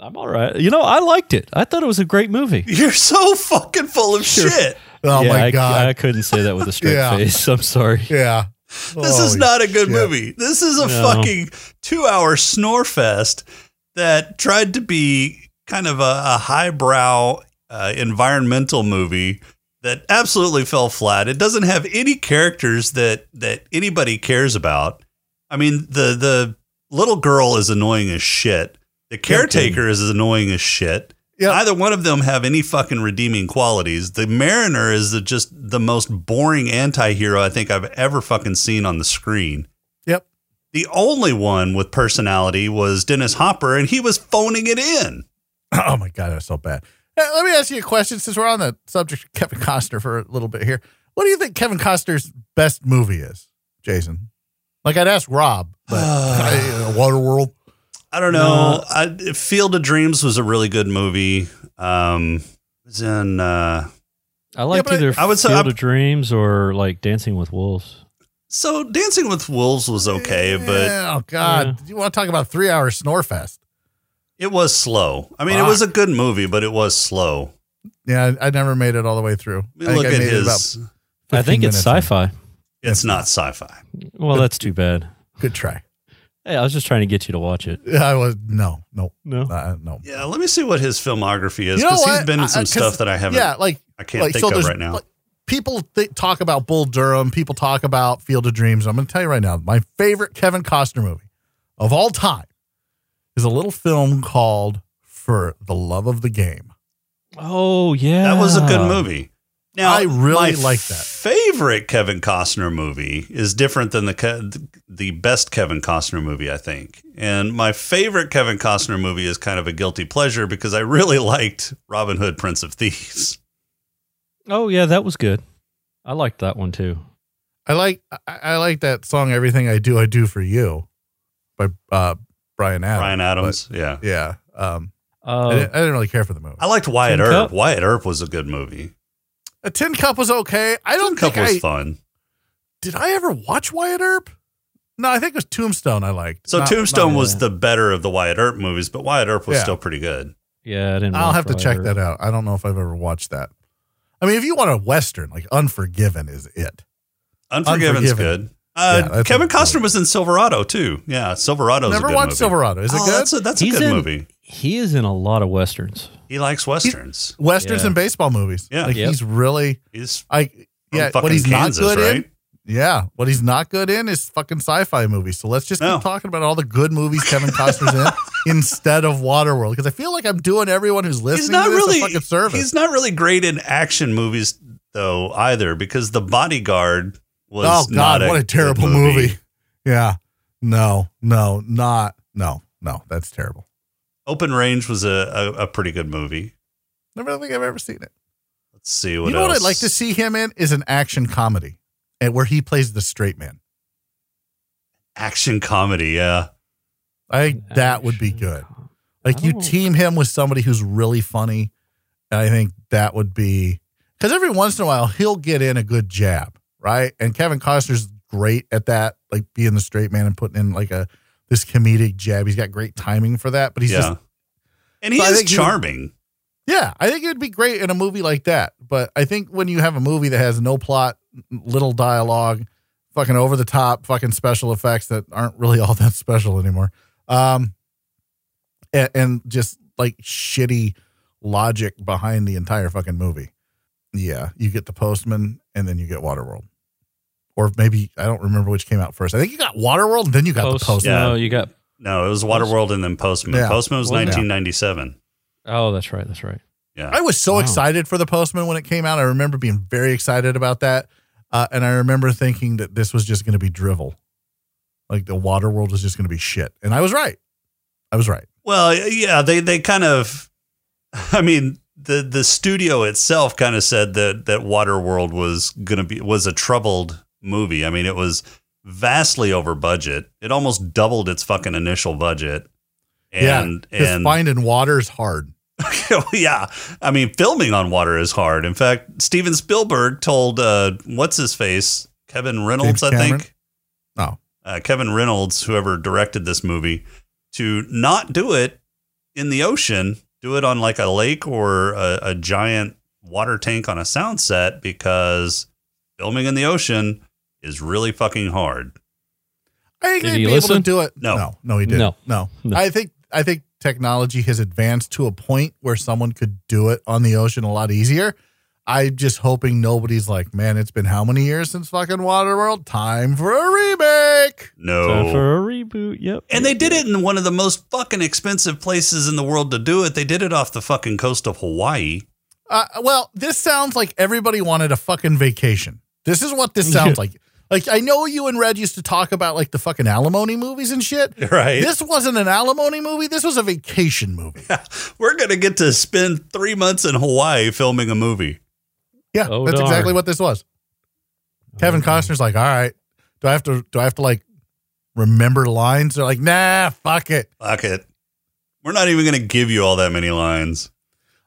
[SPEAKER 8] I'm all right. You know, I liked it. I thought it was a great movie.
[SPEAKER 6] [laughs] You're so fucking full of shit.
[SPEAKER 7] Oh
[SPEAKER 8] Yeah,
[SPEAKER 7] my
[SPEAKER 8] I,
[SPEAKER 7] god.
[SPEAKER 8] I couldn't say that with a straight
[SPEAKER 7] [laughs] Yeah.
[SPEAKER 8] face. I'm sorry.
[SPEAKER 7] yeah.
[SPEAKER 6] This is
[SPEAKER 7] Holy
[SPEAKER 6] not a good
[SPEAKER 7] shit.
[SPEAKER 6] movie. This is a
[SPEAKER 8] No.
[SPEAKER 6] fucking two hour snore fest that tried to be kind of a, a highbrow uh, environmental movie that absolutely fell flat. It doesn't have any characters that that anybody cares about. I mean, the the little girl is annoying as shit. The caretaker is as annoying as shit.
[SPEAKER 7] Yeah.
[SPEAKER 6] Neither one of them have any fucking redeeming qualities. The Mariner is the, just the most boring anti-hero I think I've ever fucking seen on the screen.
[SPEAKER 7] Yep.
[SPEAKER 6] The only one with personality was Dennis Hopper, and he was phoning it in.
[SPEAKER 7] [laughs] Oh my god, that's so bad. Hey, let me ask you a question since we're on the subject of Kevin Costner for a little bit here. What do you think Kevin Costner's best movie is, Jason? Like I'd ask Rob,
[SPEAKER 6] [sighs]
[SPEAKER 7] but uh, Waterworld.
[SPEAKER 6] I don't know. I, Field of Dreams was a really good movie. Um, it was in uh,
[SPEAKER 8] I liked
[SPEAKER 7] but
[SPEAKER 8] either
[SPEAKER 6] I would say
[SPEAKER 8] Field
[SPEAKER 6] I'm-
[SPEAKER 8] of Dreams or like Dancing with Wolves.
[SPEAKER 6] so Dancing with Wolves was okay, but
[SPEAKER 7] Yeah, oh god, you want to talk about three hour snore fest?
[SPEAKER 6] it was slow. I mean,
[SPEAKER 7] Ah.
[SPEAKER 6] it was a good movie, but it was slow.
[SPEAKER 7] Yeah, I, I never made it all the way
[SPEAKER 6] I
[SPEAKER 7] through.
[SPEAKER 6] mean, look
[SPEAKER 7] I
[SPEAKER 6] at
[SPEAKER 7] made it
[SPEAKER 6] his.
[SPEAKER 7] about
[SPEAKER 8] I
[SPEAKER 7] 15
[SPEAKER 8] think it's
[SPEAKER 7] minutes in.
[SPEAKER 8] sci-fi.
[SPEAKER 6] it's not sci-fi.
[SPEAKER 8] Well, that's too bad.
[SPEAKER 7] Good try.
[SPEAKER 8] Hey, I was just trying to get you to watch it.
[SPEAKER 7] I was no, no,
[SPEAKER 8] No?
[SPEAKER 7] uh, no.
[SPEAKER 6] Yeah, let me see what his filmography is
[SPEAKER 7] You know
[SPEAKER 6] because he's
[SPEAKER 7] what?
[SPEAKER 6] been
[SPEAKER 7] I- I-
[SPEAKER 6] in some
[SPEAKER 7] 'cause-
[SPEAKER 6] stuff that I haven't.
[SPEAKER 7] Yeah, like
[SPEAKER 6] I can't
[SPEAKER 7] like,
[SPEAKER 6] think of
[SPEAKER 7] there's-
[SPEAKER 6] right now.
[SPEAKER 7] like, people th- talk about Bull Durham. People talk about Field of Dreams. I'm going to tell you right now, my favorite Kevin Costner movie of all time is a little film called "For the Love of the Game."
[SPEAKER 8] Oh yeah,
[SPEAKER 6] that was a good movie. Now
[SPEAKER 7] I really
[SPEAKER 6] my
[SPEAKER 7] like that.
[SPEAKER 6] Favorite Kevin Costner movie is different than the Ke- the best Kevin Costner movie, I think. And my favorite Kevin Costner movie is kind of a guilty pleasure because I really liked Robin Hood, Prince of Thieves.
[SPEAKER 7] [laughs]
[SPEAKER 8] Oh yeah, that was good. I liked that one too.
[SPEAKER 7] I like I, I like that song "Everything I Do I Do for You" by uh, Brian Adams.
[SPEAKER 6] Brian Adams, yeah.
[SPEAKER 7] But, yeah, um,
[SPEAKER 9] Oh,
[SPEAKER 7] I,
[SPEAKER 8] Uh,
[SPEAKER 7] didn't, I didn't really care for the movie.
[SPEAKER 6] I liked Wyatt
[SPEAKER 8] Tin
[SPEAKER 6] Earp.
[SPEAKER 8] Cup?
[SPEAKER 6] Wyatt Earp was a good movie.
[SPEAKER 7] A Tin Cup was okay. I don't
[SPEAKER 6] Tin Cup
[SPEAKER 7] think
[SPEAKER 6] was
[SPEAKER 7] I
[SPEAKER 6] fun.
[SPEAKER 7] did. I ever watch Wyatt Earp? No, I think it was Tombstone. I liked.
[SPEAKER 6] So
[SPEAKER 7] Not-
[SPEAKER 6] Tombstone
[SPEAKER 7] not-
[SPEAKER 6] was the better of the Wyatt Earp movies, but Wyatt Earp was
[SPEAKER 7] Yeah.
[SPEAKER 6] still pretty good.
[SPEAKER 8] yeah, I didn't.
[SPEAKER 7] I'll
[SPEAKER 8] watch
[SPEAKER 7] have to
[SPEAKER 8] Wyatt
[SPEAKER 7] check
[SPEAKER 8] Earp.
[SPEAKER 7] that out. I don't know if I've ever watched that. I mean, if you want a western, like Unforgiven is it.
[SPEAKER 6] Unforgiven's
[SPEAKER 7] Unforgiven.
[SPEAKER 6] good. Uh,
[SPEAKER 7] Yeah, that's
[SPEAKER 6] Kevin
[SPEAKER 7] a good
[SPEAKER 6] Costner was in Silverado too. Yeah, Silverado's a
[SPEAKER 7] Never
[SPEAKER 6] good
[SPEAKER 7] watched
[SPEAKER 6] movie.
[SPEAKER 7] Silverado. Is it
[SPEAKER 6] oh,
[SPEAKER 7] good?
[SPEAKER 6] That's a, that's a
[SPEAKER 8] He's
[SPEAKER 6] good
[SPEAKER 8] in-
[SPEAKER 6] movie.
[SPEAKER 8] He is in a lot of westerns.
[SPEAKER 6] He likes westerns.
[SPEAKER 7] Westerns
[SPEAKER 8] Yeah.
[SPEAKER 7] and baseball movies.
[SPEAKER 6] Yeah.
[SPEAKER 7] like
[SPEAKER 8] Yep.
[SPEAKER 7] he's really.
[SPEAKER 6] He's
[SPEAKER 7] I
[SPEAKER 6] from
[SPEAKER 7] yeah.
[SPEAKER 6] fucking
[SPEAKER 7] What he's
[SPEAKER 6] Kansas,
[SPEAKER 7] not good
[SPEAKER 6] right?
[SPEAKER 7] in. Yeah, what he's not good in is fucking sci-fi movies. So let's just
[SPEAKER 6] No.
[SPEAKER 7] keep talking about all the good movies Kevin Costner's
[SPEAKER 6] [laughs]
[SPEAKER 7] in instead of Waterworld because I feel like I'm doing everyone who's listening
[SPEAKER 6] He's not
[SPEAKER 7] to this
[SPEAKER 6] really
[SPEAKER 7] a fucking service.
[SPEAKER 6] he's not really great in action movies though either because The Bodyguard was
[SPEAKER 7] oh
[SPEAKER 6] not
[SPEAKER 7] god, what a
[SPEAKER 6] good
[SPEAKER 7] terrible movie. Yeah, no, no, not no, no. That's terrible.
[SPEAKER 6] Open Range was a, a, a pretty good movie.
[SPEAKER 7] Never think I've ever seen it.
[SPEAKER 6] Let's see what
[SPEAKER 7] you know
[SPEAKER 6] else.
[SPEAKER 7] what I'd like to see him in is an action comedy, and where he plays the straight man.
[SPEAKER 6] Action comedy, yeah.
[SPEAKER 7] I think that would be good. Like you
[SPEAKER 8] Oh.
[SPEAKER 7] team him with somebody who's really funny, and I think that would be because every once in a while he'll get in a good jab, right? And Kevin Costner's great at that, like being the straight man and putting in like a this comedic jab. He's got great timing for that, but he's
[SPEAKER 6] yeah.
[SPEAKER 7] just
[SPEAKER 6] and he
[SPEAKER 7] So I
[SPEAKER 6] is
[SPEAKER 7] think he would-
[SPEAKER 6] charming.
[SPEAKER 7] Yeah, I think it would be great in a movie like that. But I think when you have a movie that has no plot, little dialogue, fucking over the top, fucking special effects that aren't really [laughs] all that special anymore, um, and, and just like shitty logic behind the entire fucking movie. Yeah, you get The Postman and then you get Waterworld. Or maybe, I don't remember which came out first. I think you got Waterworld and then you got
[SPEAKER 8] Post,
[SPEAKER 7] The Postman.
[SPEAKER 6] Yeah.
[SPEAKER 8] No, you got.
[SPEAKER 6] No, it was Waterworld and then Postman.
[SPEAKER 7] Yeah.
[SPEAKER 6] Postman was
[SPEAKER 8] Well, yeah.
[SPEAKER 6] 1997.
[SPEAKER 8] Oh, that's right. That's right.
[SPEAKER 6] Yeah.
[SPEAKER 7] I was so
[SPEAKER 8] Wow.
[SPEAKER 7] excited for the Postman when it came out. I remember being very excited about that, uh, and I remember thinking that this was just going to be drivel, like the water world was just going to be shit. And I was right. I was right.
[SPEAKER 6] Well, yeah, they they kind of [laughs] I mean, the the studio itself kind of said that that Waterworld was going to be was a troubled movie. I mean, it was vastly over budget. It almost doubled its fucking initial budget. And
[SPEAKER 7] yeah, 'cause
[SPEAKER 6] and [laughs]
[SPEAKER 7] finding water is hard.
[SPEAKER 6] yeah, I mean, filming on water is hard. In fact, Steven Spielberg told uh what's his face? Kevin Reynolds, I
[SPEAKER 7] James Cameron?
[SPEAKER 6] think.
[SPEAKER 7] Oh.
[SPEAKER 6] Uh, Kevin Reynolds, whoever directed this movie, to not do it in the ocean, do it on like a lake or a, a giant water tank on a sound set because filming in the ocean is really fucking hard.
[SPEAKER 7] I think
[SPEAKER 8] Did
[SPEAKER 7] they'd
[SPEAKER 8] he
[SPEAKER 7] be able to
[SPEAKER 8] listen?
[SPEAKER 7] do it.
[SPEAKER 6] No.
[SPEAKER 7] no, no, he didn't.
[SPEAKER 8] No.
[SPEAKER 7] no.
[SPEAKER 8] No.
[SPEAKER 7] I think I think technology has advanced to a point where someone could do it on the ocean a lot easier. I'm just hoping nobody's like, man, it's been how many years since fucking Waterworld? Time for a remake.
[SPEAKER 8] Time
[SPEAKER 6] No.
[SPEAKER 8] for a reboot. Yep.
[SPEAKER 6] Oh. and they did it in one of the most fucking expensive places in the world to do it. They did it off the fucking coast of Hawaii.
[SPEAKER 7] Uh, well, this sounds like everybody wanted a fucking vacation. This is what this
[SPEAKER 8] [laughs]
[SPEAKER 7] sounds like. Like I know you and Red used to talk about like the fucking alimony movies
[SPEAKER 8] [laughs]
[SPEAKER 7] and shit.
[SPEAKER 6] Right.
[SPEAKER 7] This wasn't an alimony movie. This was a
[SPEAKER 8] [laughs]
[SPEAKER 7] vacation movie.
[SPEAKER 6] We're going to get to spend three months in Hawaii filming a movie.
[SPEAKER 7] Yeah,
[SPEAKER 8] Oh,
[SPEAKER 7] that's
[SPEAKER 8] darn. Oh,
[SPEAKER 7] exactly what this was. Kevin Costner's like, all right, do I have to? Do I have to like remember lines? They're like, nah, fuck it.
[SPEAKER 6] Fuck it. We're not even going to give you all that many lines.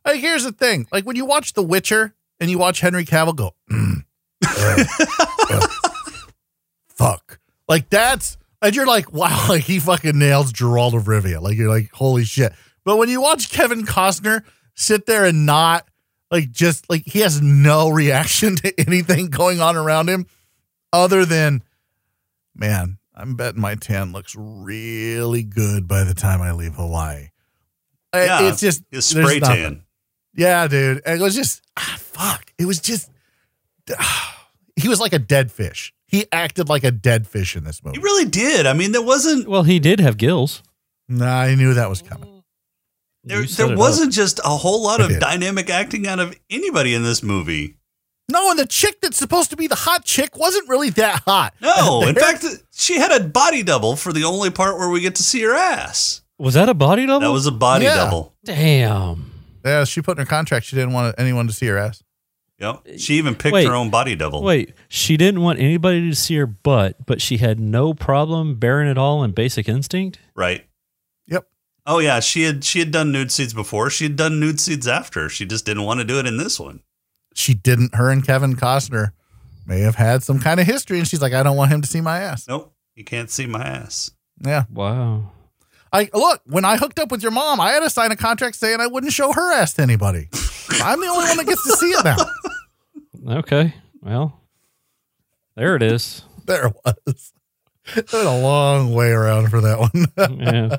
[SPEAKER 7] Like, here's the thing. Like when you watch The Witcher and you watch Henry Cavill go, "Mm, uh, uh, [laughs] fuck. Like that's and you're like, wow, [laughs] like he fucking nails Gerald of Rivia. Like you're like, holy shit. But when you watch Kevin Costner sit there and not like just like he has no [laughs] reaction to anything going on around him other than man, I'm betting my tan looks really good by the time I leave Hawaii. I-
[SPEAKER 6] Yeah,
[SPEAKER 7] it's just
[SPEAKER 6] it's
[SPEAKER 7] there's
[SPEAKER 6] spray
[SPEAKER 7] nothing.
[SPEAKER 6] tan.
[SPEAKER 7] Yeah, dude. It was just ah, fuck. It was just [sighs] ah. he was like a dead fish. He acted like a dead fish in this movie.
[SPEAKER 6] He really did. I mean, there wasn't
[SPEAKER 9] Well, he did have gills.
[SPEAKER 7] nah, I knew that was coming.
[SPEAKER 6] there,
[SPEAKER 9] You set it
[SPEAKER 6] there
[SPEAKER 9] up.
[SPEAKER 6] wasn't just a whole lot
[SPEAKER 7] I
[SPEAKER 6] of
[SPEAKER 7] did.
[SPEAKER 6] dynamic acting out of anybody in this movie.
[SPEAKER 7] No, and the chick that's supposed to be the hot chick wasn't really that hot. [laughs]
[SPEAKER 6] No, in
[SPEAKER 7] There-
[SPEAKER 6] fact, she had a body double for the only part where we get to see her ass.
[SPEAKER 9] Was that a body double?
[SPEAKER 6] That was a body
[SPEAKER 7] Yeah.
[SPEAKER 6] double.
[SPEAKER 9] damn.
[SPEAKER 7] Yeah, she put in her contract she didn't want anyone to see her ass.
[SPEAKER 6] Yep. She even picked
[SPEAKER 9] Wait.
[SPEAKER 6] her own body double.
[SPEAKER 9] Wait, she didn't want anybody to see her butt, but she had no problem bearing it all in Basic Instinct.
[SPEAKER 6] Right.
[SPEAKER 7] Yep.
[SPEAKER 6] Oh yeah, she had she had done nude scenes before. She had done nude scenes after. She just didn't want to do it in this one.
[SPEAKER 7] She didn't her and Kevin Costner may have had some kind of history and she's like, I don't want him to see my ass.
[SPEAKER 6] Nope. You can't see my ass.
[SPEAKER 7] Yeah.
[SPEAKER 9] Wow.
[SPEAKER 7] I look, when I hooked up with your mom, I had to sign a contract saying I wouldn't show her ass
[SPEAKER 6] [laughs]
[SPEAKER 7] to anybody. I'm the only one that gets to see it now.
[SPEAKER 9] Okay. Well, there it is. [laughs]
[SPEAKER 7] There it was. [laughs] It went a long way around for that one. [laughs]
[SPEAKER 9] Yeah.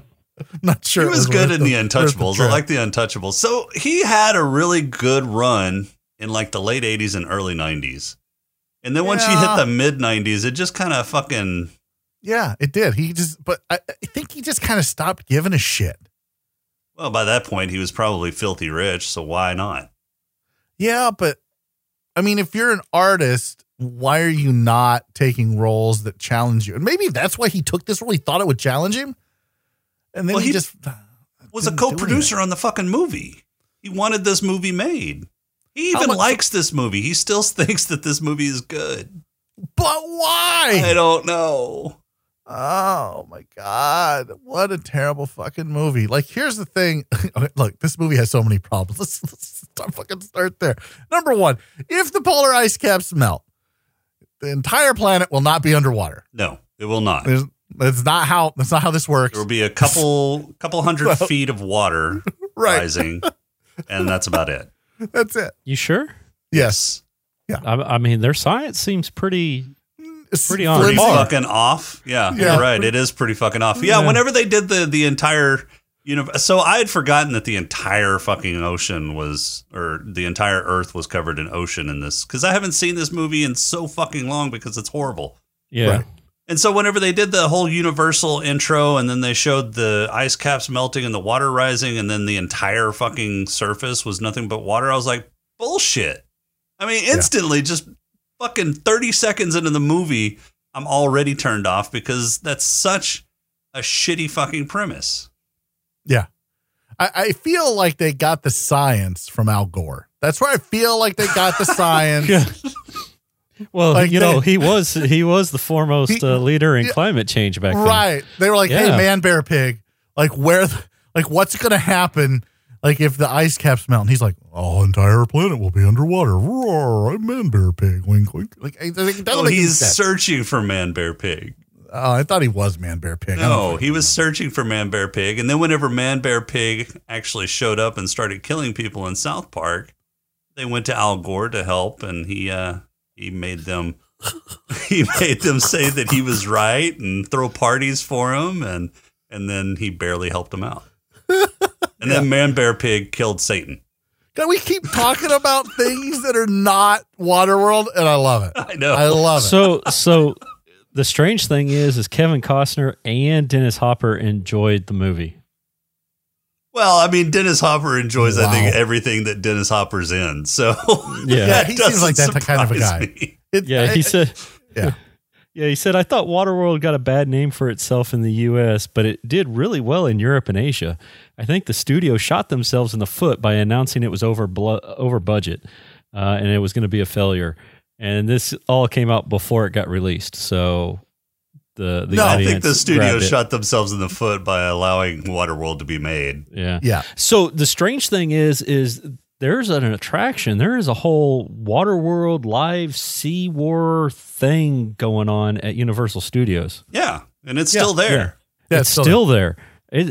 [SPEAKER 7] Not sure.
[SPEAKER 6] He was good in the Untouchables. I like
[SPEAKER 7] like
[SPEAKER 6] the Untouchables. So he had a really good run in like the late '80s and early '90s, and then once you
[SPEAKER 7] Yeah.
[SPEAKER 6] hit the mid '90s, it just kind of fucking
[SPEAKER 7] Yeah, it did. He just, but I, I think he just kind of stopped giving a shit.
[SPEAKER 6] well. By that point, he was probably filthy rich, so why not?
[SPEAKER 7] Yeah, but I mean, if you're an artist, why are you not taking roles that challenge you? And maybe that's why he took this role. He thought it would challenge him, and then
[SPEAKER 6] Well,
[SPEAKER 7] he,
[SPEAKER 6] he
[SPEAKER 7] just
[SPEAKER 6] Was a
[SPEAKER 7] Didn't do
[SPEAKER 6] co-producer on the fucking movie. He wanted this movie made. He
[SPEAKER 7] How
[SPEAKER 6] even
[SPEAKER 7] much-
[SPEAKER 6] likes this movie. He still [laughs] thinks that this movie is good.
[SPEAKER 7] But why?
[SPEAKER 6] I don't know.
[SPEAKER 7] Oh my God. What a terrible fucking movie. Like, here's the thing. [laughs] Okay, Look, this movie has so many problems. [laughs] Let's, let's start, fucking start there. Number one, if the polar ice caps melt, the entire planet will not be underwater.
[SPEAKER 6] No, it will not.
[SPEAKER 7] There's, that's not how that's not how this works.
[SPEAKER 6] There will be a couple couple hundred
[SPEAKER 7] Well-
[SPEAKER 6] feet of water
[SPEAKER 7] [laughs] Right.
[SPEAKER 6] rising, and that's about
[SPEAKER 7] [laughs]
[SPEAKER 6] it.
[SPEAKER 7] That's it.
[SPEAKER 9] You sure?
[SPEAKER 7] Yes.
[SPEAKER 9] I, I mean, their science seems pretty.
[SPEAKER 7] It's
[SPEAKER 9] Pretty on
[SPEAKER 6] Pretty
[SPEAKER 7] flimsy.
[SPEAKER 9] Mar.
[SPEAKER 6] fucking off. Yeah,
[SPEAKER 7] Yeah.
[SPEAKER 6] you're right. It is pretty fucking off. Yeah,
[SPEAKER 9] Yeah.
[SPEAKER 6] whenever they did the the entire universe, so I had forgotten that the entire fucking ocean was, or the entire Earth was covered in ocean in this, because I haven't seen this movie in so fucking long because it's horrible.
[SPEAKER 9] Yeah.
[SPEAKER 7] Right.
[SPEAKER 6] And so whenever they did the whole universal intro and then they showed the ice caps melting and the water rising and then the entire fucking surface was nothing but water, I was like, bullshit. I mean, instantly just fucking 30 seconds into the movie, I'm already turned off because that's such a shitty fucking premise.
[SPEAKER 7] Yeah. I, I feel like they got the science from Al Gore. That's where I feel like they
[SPEAKER 6] [laughs]
[SPEAKER 7] got the science.
[SPEAKER 9] Yeah. Well,
[SPEAKER 7] Like
[SPEAKER 9] you know,
[SPEAKER 7] they-
[SPEAKER 9] he was he was the foremost
[SPEAKER 7] [laughs] He-
[SPEAKER 9] uh, leader in
[SPEAKER 7] yeah.
[SPEAKER 9] climate change back then.
[SPEAKER 7] Right. They were like, hey,
[SPEAKER 9] Yeah.
[SPEAKER 7] man, bear pig, like where, the, like what's going to happen? Like if the ice caps melt, and he's like, "Oh, entire planet will be underwater." Roar! I'm man, bear pig. Wink, wink. Like it doesn't it doesn't
[SPEAKER 6] Oh,
[SPEAKER 7] make any
[SPEAKER 6] he's
[SPEAKER 7] sense.
[SPEAKER 6] searching for Man Bear Pig.
[SPEAKER 7] oh, I thought he was man, bear pig. I don't
[SPEAKER 6] No,
[SPEAKER 7] know.
[SPEAKER 6] he was searching for Man Bear Pig. And then whenever Man Bear Pig actually showed up and started killing people in South Park, they went to Al Gore to help and he uh he made them [laughs] he made them say that he was right and throw parties for him and and then he barely helped them out. And then Man Bear Pig killed Satan.
[SPEAKER 7] God, we keep talking about [laughs] things that are not Waterworld, and I love it.
[SPEAKER 6] [laughs] I know.
[SPEAKER 7] I love it.
[SPEAKER 9] So so the strange thing is is Kevin Costner and Dennis Hopper enjoyed the movie.
[SPEAKER 6] Well, I mean, Dennis Hopper enjoys, I think,
[SPEAKER 7] Wow.
[SPEAKER 6] everything that Dennis Hopper's in. So [laughs]
[SPEAKER 9] Yeah.
[SPEAKER 7] Yeah, he seems like
[SPEAKER 6] doesn't
[SPEAKER 7] that kind of a
[SPEAKER 6] surprise
[SPEAKER 7] guy.
[SPEAKER 6] me.
[SPEAKER 7] It-
[SPEAKER 9] Yeah,
[SPEAKER 7] I-
[SPEAKER 9] he said
[SPEAKER 7] Yeah.
[SPEAKER 9] Yeah, he said I thought Waterworld got a bad name for itself in the US, but it did really well in Europe and Asia. I think the studio shot themselves in the foot by announcing it was over blu- over budget uh, and it was going to be a failure. And this all came out before it got released. So the the
[SPEAKER 6] no, I
[SPEAKER 9] audience
[SPEAKER 6] think the studio
[SPEAKER 9] grabbed it.
[SPEAKER 6] shot themselves in the foot by allowing Waterworld to be made.
[SPEAKER 9] Yeah.
[SPEAKER 7] yeah.
[SPEAKER 9] So the strange thing is, is there's an attraction. There is a whole water world live sea war thing going on at Universal Studios.
[SPEAKER 6] Yeah, and it's still there.
[SPEAKER 7] Yeah,
[SPEAKER 9] it's
[SPEAKER 7] it's still
[SPEAKER 9] still, there. It,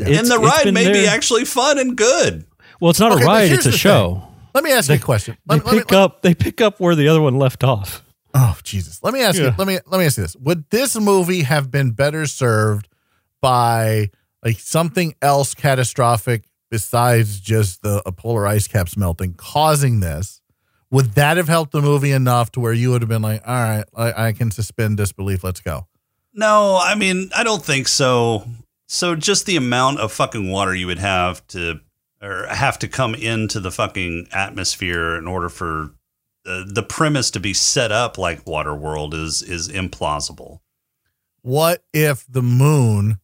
[SPEAKER 6] and
[SPEAKER 9] it's-
[SPEAKER 6] the
[SPEAKER 9] it's
[SPEAKER 6] ride
[SPEAKER 9] been
[SPEAKER 6] may be
[SPEAKER 9] there-
[SPEAKER 6] actually fun and good.
[SPEAKER 9] well. It's not
[SPEAKER 7] Okay,
[SPEAKER 9] a
[SPEAKER 7] but
[SPEAKER 9] ride.
[SPEAKER 7] here's
[SPEAKER 9] It's a
[SPEAKER 7] the
[SPEAKER 9] show.
[SPEAKER 7] Let me ask you a question.
[SPEAKER 9] They
[SPEAKER 7] Let- let me-
[SPEAKER 9] pick up. They pick up where the other one left off.
[SPEAKER 7] Oh Jesus! Let me ask you.
[SPEAKER 8] Yeah.
[SPEAKER 7] Let me let me ask you this: Would this movie have been better served by like something else catastrophic besides just the a polar ice caps melting causing this? Would that have helped the movie enough to where you would have been like, "All right, I, I can suspend disbelief. Let's go."
[SPEAKER 6] No, I mean, I don't think so. So just the amount of fucking water you would have to or have to come into the fucking atmosphere in order for the, the premise to be set up like Waterworld is is implausible.
[SPEAKER 7] What if the moon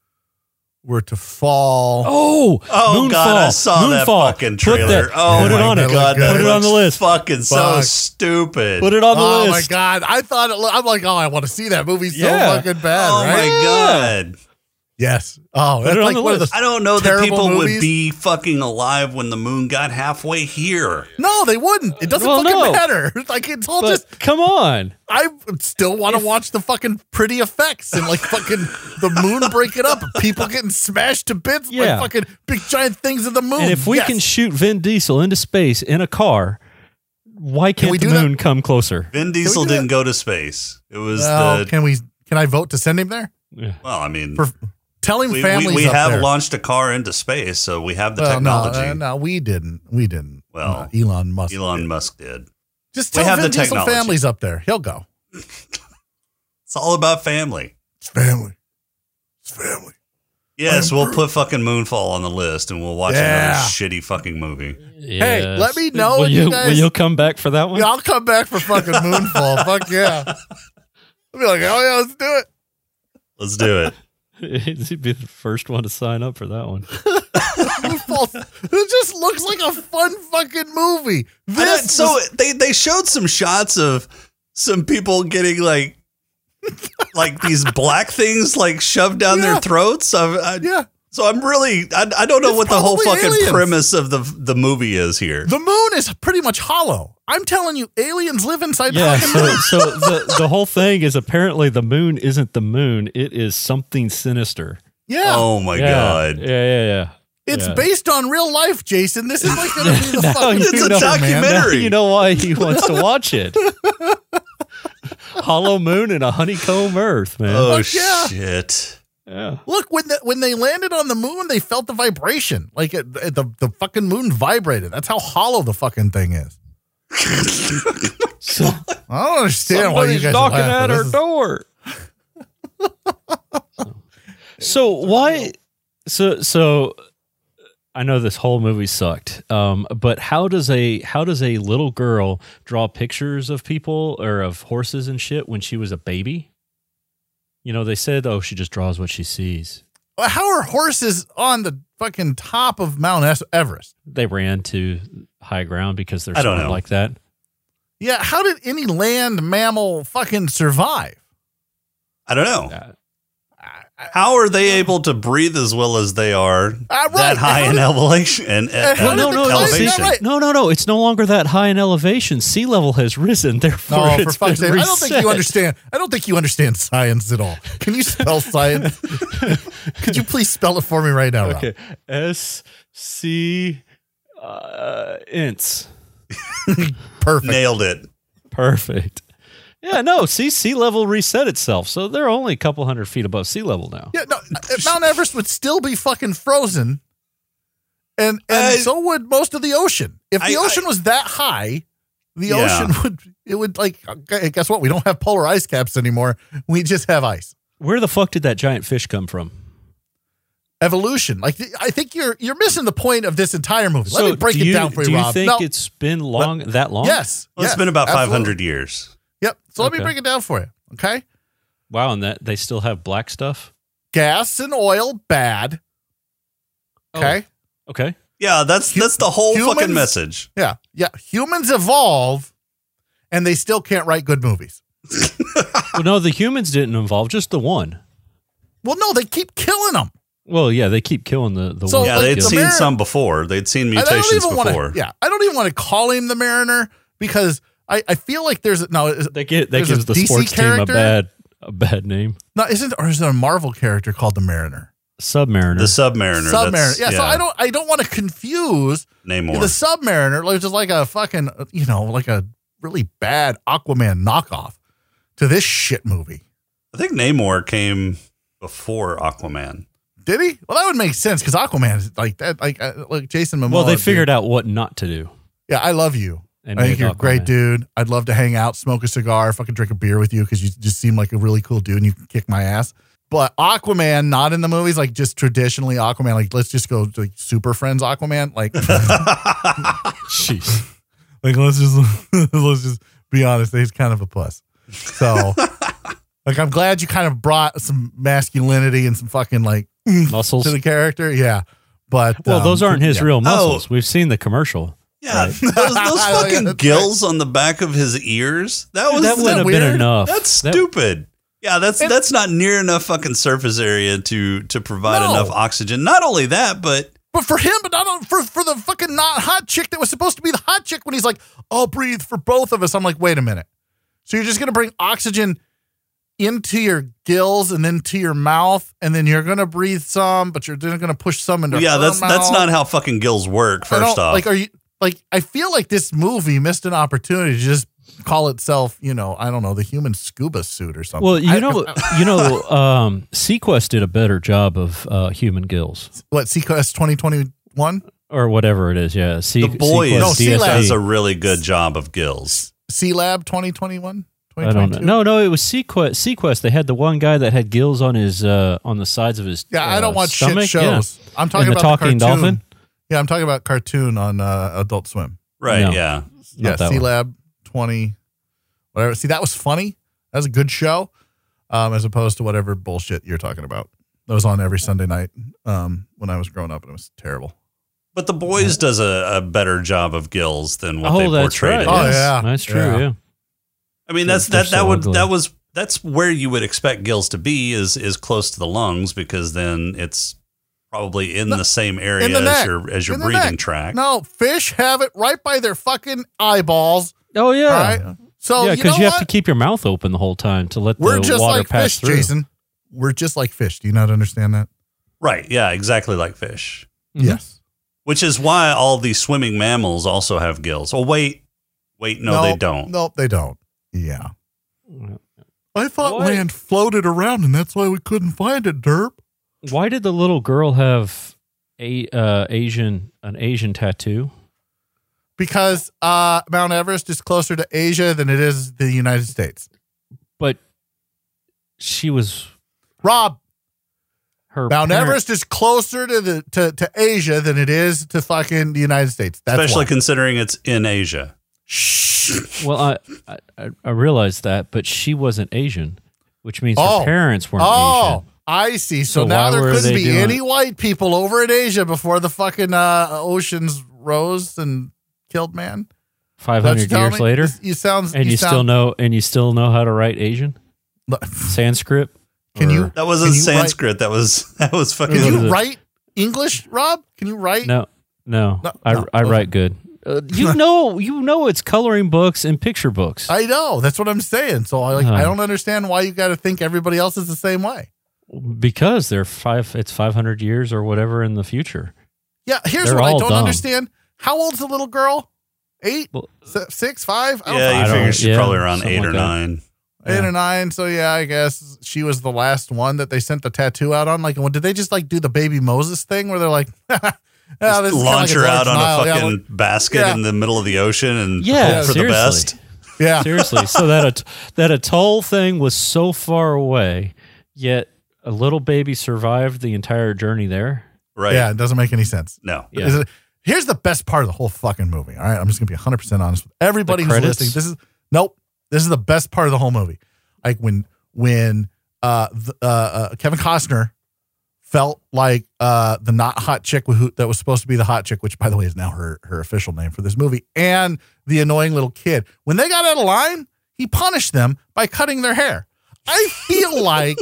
[SPEAKER 7] were to fall?
[SPEAKER 9] Oh,
[SPEAKER 6] Oh
[SPEAKER 9] Moonfall.
[SPEAKER 6] god, I saw that
[SPEAKER 9] Moonfall.
[SPEAKER 6] fucking
[SPEAKER 9] Put
[SPEAKER 6] trailer.
[SPEAKER 9] that-
[SPEAKER 6] oh
[SPEAKER 9] put it
[SPEAKER 6] my
[SPEAKER 9] on it.
[SPEAKER 6] god,
[SPEAKER 7] Put
[SPEAKER 6] that
[SPEAKER 7] it
[SPEAKER 9] on the
[SPEAKER 6] looks
[SPEAKER 9] list.
[SPEAKER 6] Fucking so
[SPEAKER 7] Fuck.
[SPEAKER 6] stupid.
[SPEAKER 9] Put it on the
[SPEAKER 7] oh my
[SPEAKER 9] list.
[SPEAKER 7] god! I thought it, lo- I'm like, oh, I want to see that movie so
[SPEAKER 9] Yeah.
[SPEAKER 7] fucking bad,
[SPEAKER 6] oh
[SPEAKER 7] right?
[SPEAKER 6] my god.
[SPEAKER 7] Yes. Oh, that's
[SPEAKER 9] it on
[SPEAKER 7] like
[SPEAKER 9] the
[SPEAKER 7] one of
[SPEAKER 9] list.
[SPEAKER 7] the
[SPEAKER 6] I don't know that
[SPEAKER 7] Terrible
[SPEAKER 6] people would
[SPEAKER 7] movies.
[SPEAKER 6] be fucking alive when the moon got halfway here.
[SPEAKER 7] No, they wouldn't. It doesn't
[SPEAKER 9] Well,
[SPEAKER 7] fucking
[SPEAKER 9] no.
[SPEAKER 7] matter. [laughs] Like it's
[SPEAKER 6] Oh,
[SPEAKER 7] all
[SPEAKER 9] But
[SPEAKER 7] just.
[SPEAKER 9] come on.
[SPEAKER 7] I still want to watch the fucking pretty effects and like fucking the moon breaking up, and people getting smashed to bits
[SPEAKER 9] Yeah.
[SPEAKER 7] by fucking big giant things of the moon.
[SPEAKER 9] And if we
[SPEAKER 7] Yes.
[SPEAKER 9] can shoot Vin Diesel into space in a car, why can't
[SPEAKER 7] we
[SPEAKER 9] the
[SPEAKER 7] do that?
[SPEAKER 9] moon come closer?
[SPEAKER 6] Vin Diesel
[SPEAKER 7] do that?
[SPEAKER 6] didn't go to space. It was
[SPEAKER 7] Well,
[SPEAKER 6] the
[SPEAKER 7] can we? Can I vote to send him there?
[SPEAKER 6] Well, I mean,
[SPEAKER 7] For Tell him
[SPEAKER 6] we,
[SPEAKER 7] families
[SPEAKER 6] we, we
[SPEAKER 7] up
[SPEAKER 6] have
[SPEAKER 7] there.
[SPEAKER 6] launched a car into space, so we have the
[SPEAKER 7] Well, no,
[SPEAKER 6] technology.
[SPEAKER 7] uh, no, we didn't. We didn't.
[SPEAKER 6] Well,
[SPEAKER 7] No, Elon Musk.
[SPEAKER 6] Elon
[SPEAKER 7] did.
[SPEAKER 6] Musk did.
[SPEAKER 7] Just
[SPEAKER 6] we
[SPEAKER 7] tell
[SPEAKER 6] have
[SPEAKER 7] Vin
[SPEAKER 6] the
[SPEAKER 7] Diesel
[SPEAKER 6] technology.
[SPEAKER 7] families up there. He'll go.
[SPEAKER 6] It's all about family.
[SPEAKER 7] It's family. It's family.
[SPEAKER 6] Yes,
[SPEAKER 7] I'm
[SPEAKER 6] we'll
[SPEAKER 7] Groot.
[SPEAKER 6] put fucking Moonfall on the list, and we'll watch another
[SPEAKER 7] Yeah.
[SPEAKER 6] shitty fucking movie.
[SPEAKER 7] Hey, let me know
[SPEAKER 9] Will
[SPEAKER 7] when you
[SPEAKER 9] you,
[SPEAKER 7] guys-
[SPEAKER 9] will you come back for that one? [laughs]
[SPEAKER 7] Yeah, I'll come back for fucking Moonfall. Fuck yeah. I'll be like, oh yeah, let's do it.
[SPEAKER 6] Let's do it.
[SPEAKER 9] He'd be the first one to sign up for that one.
[SPEAKER 7] Moonfall. [laughs] It just looks like a fun fucking movie.
[SPEAKER 6] I-
[SPEAKER 7] This
[SPEAKER 6] so
[SPEAKER 7] was-
[SPEAKER 6] they they showed some shots of some people getting like like these black things like shoved down their
[SPEAKER 7] Yeah.
[SPEAKER 6] throats. I, I,
[SPEAKER 7] yeah,
[SPEAKER 6] So I'm really I, I don't know
[SPEAKER 7] It's
[SPEAKER 6] what the whole
[SPEAKER 7] probably
[SPEAKER 6] fucking
[SPEAKER 7] aliens.
[SPEAKER 6] premise of the the movie is here.
[SPEAKER 7] the moon is pretty much hollow. I'm telling you, aliens live inside
[SPEAKER 9] Yeah,
[SPEAKER 7] the fucking
[SPEAKER 9] so,
[SPEAKER 7] moon.
[SPEAKER 9] so the, the whole thing is apparently the moon isn't the moon. It is something sinister.
[SPEAKER 7] Yeah,
[SPEAKER 6] Oh my
[SPEAKER 9] yeah.
[SPEAKER 6] god.
[SPEAKER 9] Yeah, yeah, yeah.
[SPEAKER 7] it's
[SPEAKER 9] yeah.
[SPEAKER 7] based on real life, Jason. This is like
[SPEAKER 9] [laughs]
[SPEAKER 7] gonna be the
[SPEAKER 9] Now
[SPEAKER 7] fucking.
[SPEAKER 9] you
[SPEAKER 6] It's a
[SPEAKER 9] know,
[SPEAKER 6] documentary.
[SPEAKER 9] Now you know why he wants to
[SPEAKER 7] [laughs]
[SPEAKER 9] watch it. Hollow moon and a honeycomb earth, man.
[SPEAKER 6] Oh
[SPEAKER 7] Fuck yeah.
[SPEAKER 6] shit.
[SPEAKER 9] yeah.
[SPEAKER 7] Look when the, when they landed on the moon, they felt the vibration. Like it, it- the the fucking moon vibrated. That's how hollow the fucking thing is.
[SPEAKER 9] So,
[SPEAKER 7] I don't understand why you
[SPEAKER 9] Somebody's
[SPEAKER 7] guys are
[SPEAKER 9] knocking
[SPEAKER 7] laughing.
[SPEAKER 9] at
[SPEAKER 7] This
[SPEAKER 9] our
[SPEAKER 7] is-
[SPEAKER 9] door. [laughs] so why? So so, I know this whole movie sucked. Um, but how does a how does a little girl draw pictures of people or of horses and shit when she was a baby? You know, they said, "Oh, she just draws what she sees."
[SPEAKER 7] How are horses on the fucking top of Mount Es- Everest?
[SPEAKER 9] They ran to high ground because they're
[SPEAKER 6] I don't
[SPEAKER 9] smart
[SPEAKER 6] know.
[SPEAKER 9] like that.
[SPEAKER 7] Yeah, how did any land mammal
[SPEAKER 6] [laughs]
[SPEAKER 7] fucking survive?
[SPEAKER 6] I don't know.
[SPEAKER 9] Uh,
[SPEAKER 6] How are they able to breathe as well as they are
[SPEAKER 7] Ah, right.
[SPEAKER 6] that high
[SPEAKER 7] How
[SPEAKER 6] in
[SPEAKER 7] did-
[SPEAKER 6] elevation and, and,
[SPEAKER 7] how
[SPEAKER 9] Well, no,
[SPEAKER 7] did
[SPEAKER 9] no,
[SPEAKER 7] they
[SPEAKER 9] no,
[SPEAKER 7] climb that
[SPEAKER 6] elevation?
[SPEAKER 7] right?
[SPEAKER 9] No, no, no. It's no longer that high in elevation. Sea level has risen. [laughs] Therefore,
[SPEAKER 7] No, Oh, for
[SPEAKER 9] it's been
[SPEAKER 7] fuck's sake! I don't think
[SPEAKER 9] reset.
[SPEAKER 7] you understand. I don't think you understand science at all. Can you
[SPEAKER 6] [laughs]
[SPEAKER 7] spell science? Could you please spell it for me right now, Rob?
[SPEAKER 9] Okay. S C uh, ints.
[SPEAKER 7] Perfect.
[SPEAKER 6] Nailed it.
[SPEAKER 9] Perfect. Yeah, no, see, sea level reset itself. So they're only a couple hundred feet above sea level now.
[SPEAKER 6] [laughs]
[SPEAKER 7] Yeah, no, uh, Mount Everest would still be fucking frozen, and and
[SPEAKER 6] Uh,
[SPEAKER 7] so would most of the ocean. If the
[SPEAKER 6] I-
[SPEAKER 7] ocean was that high, the
[SPEAKER 6] Yeah.
[SPEAKER 7] ocean [laughs] would it would like okay, guess what? We don't have polar ice caps anymore. We just have ice.
[SPEAKER 9] Where the fuck did that giant fish come from?
[SPEAKER 7] evolution. Like th- I think you're you're missing the point of this entire movie. Let
[SPEAKER 9] So
[SPEAKER 7] me break
[SPEAKER 9] do
[SPEAKER 7] it
[SPEAKER 9] you-
[SPEAKER 7] down for you,
[SPEAKER 9] Do you
[SPEAKER 7] Rob.
[SPEAKER 9] think
[SPEAKER 7] No,
[SPEAKER 9] it's been long that long?
[SPEAKER 7] yes,
[SPEAKER 6] Well,
[SPEAKER 7] yes,
[SPEAKER 6] it's been about
[SPEAKER 7] absolutely.
[SPEAKER 6] 500 years.
[SPEAKER 7] Yep. So let me
[SPEAKER 9] Okay.
[SPEAKER 7] break it down for you. Okay.
[SPEAKER 9] Wow, and that they still have black stuff.
[SPEAKER 7] Gas and oil bad.
[SPEAKER 9] Oh.
[SPEAKER 7] Okay.
[SPEAKER 9] Okay.
[SPEAKER 6] Yeah, that's that's the whole fucking
[SPEAKER 7] humans-
[SPEAKER 6] message.
[SPEAKER 7] Yeah. Yeah. Humans evolve, and they still can't write good movies.
[SPEAKER 9] well, no, the humans didn't involve just the one.
[SPEAKER 7] Well, no, they keep killing them.
[SPEAKER 9] Well, yeah, they keep killing the the
[SPEAKER 7] So,
[SPEAKER 9] one.
[SPEAKER 6] Yeah,
[SPEAKER 7] like,
[SPEAKER 6] they'd
[SPEAKER 7] the
[SPEAKER 6] seen
[SPEAKER 7] Mar-
[SPEAKER 6] some before. They'd seen
[SPEAKER 7] And I don't
[SPEAKER 6] mutations
[SPEAKER 7] even want
[SPEAKER 6] before.
[SPEAKER 7] to. Yeah, I don't even want to call him the Mariner because I, I feel like there's no
[SPEAKER 9] They get that
[SPEAKER 7] There's a
[SPEAKER 9] gives the
[SPEAKER 7] DC
[SPEAKER 9] sports team
[SPEAKER 7] character?
[SPEAKER 9] a bad a bad name.
[SPEAKER 7] no isn't or is there a Marvel character called the Mariner?
[SPEAKER 9] Submariner.
[SPEAKER 6] The Submariner.
[SPEAKER 7] Submariner.
[SPEAKER 6] that's-
[SPEAKER 7] Yeah, So I don't I don't want to confuse
[SPEAKER 6] Namor.
[SPEAKER 7] The Submariner, like just like a fucking, you know, like a really bad Aquaman knockoff. to this shit movie.
[SPEAKER 6] I think Namor came before Aquaman.
[SPEAKER 7] Did he? Well, that would make sense because Aquaman is like that. Like uh, like Jason Momoa.
[SPEAKER 9] Well, they
[SPEAKER 7] dude.
[SPEAKER 9] figured out what not to do.
[SPEAKER 7] Yeah, I love you.
[SPEAKER 9] And
[SPEAKER 7] I think
[SPEAKER 9] made
[SPEAKER 7] you're a great
[SPEAKER 9] Aquaman.
[SPEAKER 7] dude. I'd love to hang out, smoke a cigar, fucking drink a beer with you because you just seem like a really cool dude and you can kick my ass. But Aquaman, not in the movies, like just traditionally Aquaman, like let's just go to like, Super Friends Aquaman,
[SPEAKER 9] [laughs]
[SPEAKER 7] like
[SPEAKER 9] Jeez.
[SPEAKER 7] like let's just [laughs] let's just be honest, he's kind of a puss.
[SPEAKER 6] [laughs]
[SPEAKER 7] So like I'm glad you kind of brought some masculinity and some fucking like oomph
[SPEAKER 9] Muscles.
[SPEAKER 7] to the character, yeah. But
[SPEAKER 9] Well,
[SPEAKER 7] um,
[SPEAKER 9] those aren't his real muscles.
[SPEAKER 6] Oh.
[SPEAKER 9] We've seen the commercial.
[SPEAKER 6] Yeah, [laughs]
[SPEAKER 7] [laughs]
[SPEAKER 6] those, those
[SPEAKER 7] Yeah,
[SPEAKER 6] fucking
[SPEAKER 7] that's right.
[SPEAKER 6] gills on the back of his ears. That was
[SPEAKER 9] that
[SPEAKER 6] Oh, that
[SPEAKER 9] wouldn't have been
[SPEAKER 6] weird?
[SPEAKER 9] enough.
[SPEAKER 6] That's
[SPEAKER 9] That-
[SPEAKER 6] stupid. yeah, that's that's not near enough fucking surface area to to provide
[SPEAKER 7] No.
[SPEAKER 6] enough oxygen. Not only that, but
[SPEAKER 7] But for him, but not on- for for the fucking not hot chick that was supposed to be the hot chick when he's like, "I'll breathe for both of us." I'm like, wait a minute. So you're just gonna bring oxygen into your gills and then to your mouth, and then you're gonna breathe some, but you're then gonna push some into
[SPEAKER 6] yeah,
[SPEAKER 7] her
[SPEAKER 6] that's that's
[SPEAKER 7] mouth.
[SPEAKER 6] not how fucking gills work.
[SPEAKER 7] I don't-
[SPEAKER 6] First off,
[SPEAKER 7] like are you like I feel like this movie missed an opportunity to just call itself, you know, I don't know, the human scuba suit or something.
[SPEAKER 9] Well, you
[SPEAKER 7] I-
[SPEAKER 9] know,
[SPEAKER 6] [laughs]
[SPEAKER 9] you know, um, Sequest did a better job of uh, human gills
[SPEAKER 7] what CQS 2021
[SPEAKER 9] or whatever it is. Yeah, Se-
[SPEAKER 6] the boy
[SPEAKER 9] Sequest E.
[SPEAKER 7] No, Sea
[SPEAKER 9] DSD.
[SPEAKER 6] does a really good job of gills.
[SPEAKER 7] C Lab 2021.
[SPEAKER 9] I don't know. No, no, it was Sequest. Sequest. They had the one guy that had gills on his uh, on the sides of his.
[SPEAKER 7] Yeah, I
[SPEAKER 9] uh,
[SPEAKER 7] don't watch
[SPEAKER 9] stomach.
[SPEAKER 7] shit shows. I'm talking
[SPEAKER 9] And the
[SPEAKER 7] about the
[SPEAKER 9] talking
[SPEAKER 7] cartoon.
[SPEAKER 9] dolphin?
[SPEAKER 7] Yeah, I'm talking about cartoon on uh, Adult Swim.
[SPEAKER 6] Right?
[SPEAKER 9] No.
[SPEAKER 6] Yeah.
[SPEAKER 9] Yeah,
[SPEAKER 7] Yeah,
[SPEAKER 9] Not that
[SPEAKER 7] C
[SPEAKER 9] one.
[SPEAKER 7] Lab 20, whatever. See, that was funny. That was a good show, um, as opposed to whatever bullshit you're talking about. That was on every Sunday night um, when I was growing up, and it was terrible.
[SPEAKER 6] But the boys does a, a better job of gills than what
[SPEAKER 9] Oh,
[SPEAKER 6] they
[SPEAKER 9] that's
[SPEAKER 6] portrayed.
[SPEAKER 9] right.
[SPEAKER 6] it
[SPEAKER 7] Oh,
[SPEAKER 6] as.
[SPEAKER 7] yeah.
[SPEAKER 9] that's true.
[SPEAKER 7] Yeah.
[SPEAKER 9] Yeah.
[SPEAKER 6] I mean,
[SPEAKER 9] They're-
[SPEAKER 6] that's that
[SPEAKER 9] they're
[SPEAKER 6] that
[SPEAKER 9] so
[SPEAKER 6] would
[SPEAKER 9] ugly.
[SPEAKER 6] that was that's where you would expect gills to be is is close to the lungs because then it's probably in the same area
[SPEAKER 7] in the
[SPEAKER 6] as
[SPEAKER 7] neck.
[SPEAKER 6] your as your
[SPEAKER 7] In the
[SPEAKER 6] breathing
[SPEAKER 7] neck.
[SPEAKER 6] tract.
[SPEAKER 7] No, fish have it right by their fucking eyeballs.
[SPEAKER 9] Oh yeah.
[SPEAKER 7] Right? So,
[SPEAKER 9] yeah,
[SPEAKER 7] you know
[SPEAKER 9] because you, have
[SPEAKER 7] what?
[SPEAKER 9] to keep your mouth open the whole time to let
[SPEAKER 7] We're
[SPEAKER 9] the
[SPEAKER 7] just
[SPEAKER 9] water
[SPEAKER 7] like fish,
[SPEAKER 9] pass through.
[SPEAKER 7] Jason. We're just like fish. Do you not understand that?
[SPEAKER 6] Right? Yeah, exactly like fish.
[SPEAKER 9] Mhm.
[SPEAKER 7] Yes.
[SPEAKER 6] Which is why all the swimming mammals also have gills. Oh wait, wait, no, they don't.
[SPEAKER 7] Nope, they don't. Yeah.
[SPEAKER 9] Mm-hmm.
[SPEAKER 7] I thought land floated around and that's why we couldn't find it, derp.
[SPEAKER 9] Why did the little girl have a uh, Asian an Asian tattoo?
[SPEAKER 7] Because uh, Mount Everest is closer to Asia than it is the United States.
[SPEAKER 9] But she was
[SPEAKER 7] Rob,
[SPEAKER 9] her
[SPEAKER 7] Mount
[SPEAKER 9] parent-
[SPEAKER 7] Everest is closer to the to, to Asia than it is to fucking the United States. That's
[SPEAKER 6] Especially
[SPEAKER 7] why.
[SPEAKER 6] considering it's in Asia.
[SPEAKER 9] Well, I, I I- I realized that, but she wasn't Asian, which means
[SPEAKER 7] Oh.
[SPEAKER 9] her parents weren't
[SPEAKER 7] Oh,
[SPEAKER 9] Asian.
[SPEAKER 7] I see. So,
[SPEAKER 9] So
[SPEAKER 7] now
[SPEAKER 9] why
[SPEAKER 7] there
[SPEAKER 9] were
[SPEAKER 7] couldn't
[SPEAKER 9] they
[SPEAKER 7] be
[SPEAKER 9] doing-
[SPEAKER 7] any white people over in Asia before the fucking uh, oceans rose and killed man.
[SPEAKER 9] Five
[SPEAKER 7] That's
[SPEAKER 9] hundred
[SPEAKER 7] what you're
[SPEAKER 9] years
[SPEAKER 7] telling me?
[SPEAKER 9] later,
[SPEAKER 7] This- you sound
[SPEAKER 9] and you, still
[SPEAKER 7] sound,
[SPEAKER 9] know and you still know how to write Asian Sanskrit.
[SPEAKER 7] Can you-
[SPEAKER 9] Or-
[SPEAKER 6] That wasn't
[SPEAKER 7] Can you write-
[SPEAKER 6] Sanskrit. that was [laughs] that was fucking.
[SPEAKER 7] Can
[SPEAKER 9] What is
[SPEAKER 7] you
[SPEAKER 9] it?
[SPEAKER 7] write English, Rob? Can you write?
[SPEAKER 9] No, no,
[SPEAKER 7] No,
[SPEAKER 9] I
[SPEAKER 7] no,
[SPEAKER 9] I
[SPEAKER 7] okay.
[SPEAKER 9] write good. Uh,
[SPEAKER 7] [laughs]
[SPEAKER 9] you know, you know, it's coloring books and picture books.
[SPEAKER 7] I know. That's what I'm saying. So I like
[SPEAKER 9] Huh.
[SPEAKER 7] I don't understand why you got to think everybody else is the same way.
[SPEAKER 9] because they're five it's 500 years or whatever in the future
[SPEAKER 7] Yeah, here's
[SPEAKER 9] They're
[SPEAKER 7] what I
[SPEAKER 9] all
[SPEAKER 7] don't
[SPEAKER 9] dumb.
[SPEAKER 7] understand. How old's the little girl? Eight,
[SPEAKER 9] Well-
[SPEAKER 7] Se- six, five? I don't
[SPEAKER 6] yeah,
[SPEAKER 7] know.
[SPEAKER 9] I
[SPEAKER 6] you
[SPEAKER 9] don't-
[SPEAKER 6] figure she's
[SPEAKER 9] yeah,
[SPEAKER 6] probably around
[SPEAKER 9] something
[SPEAKER 6] eight
[SPEAKER 9] like
[SPEAKER 6] or
[SPEAKER 9] that.
[SPEAKER 6] nine.
[SPEAKER 7] eight or nine. So yeah, I guess she was the last one that they sent the tattoo out on. Like, well, did they just like do the baby Moses thing where they're like, [laughs] ah, this
[SPEAKER 6] Just
[SPEAKER 7] is
[SPEAKER 6] launch
[SPEAKER 7] kinda like
[SPEAKER 6] her
[SPEAKER 7] George
[SPEAKER 6] out on
[SPEAKER 7] Nile.
[SPEAKER 6] a
[SPEAKER 7] Yeah,
[SPEAKER 6] fucking basket
[SPEAKER 7] Yeah.
[SPEAKER 6] in the middle of the ocean and
[SPEAKER 9] Yeah,
[SPEAKER 6] hope for
[SPEAKER 9] seriously.
[SPEAKER 6] the best.
[SPEAKER 7] yeah. [laughs]
[SPEAKER 9] seriously so that a that atoll thing was so far away yet a little baby survived the entire journey there
[SPEAKER 6] Right.
[SPEAKER 7] yeah, it doesn't make any sense.
[SPEAKER 6] No.
[SPEAKER 9] Yeah.
[SPEAKER 7] Is it- here's the best part of the whole fucking movie. All right. I'm just going to be 100% honest with everybody
[SPEAKER 9] The
[SPEAKER 7] who's
[SPEAKER 9] credits?
[SPEAKER 7] listening. This is, nope. This is the best part of the whole movie. Like when, when, uh, the, uh, uh Kevin Costner felt like, uh, the not hot chick who, that was supposed to be the hot chick, which by the way is now her, her official name for this movie, and the annoying little kid. When they got out of line, he punished them by cutting their hair. I
[SPEAKER 9] [laughs]
[SPEAKER 7] feel like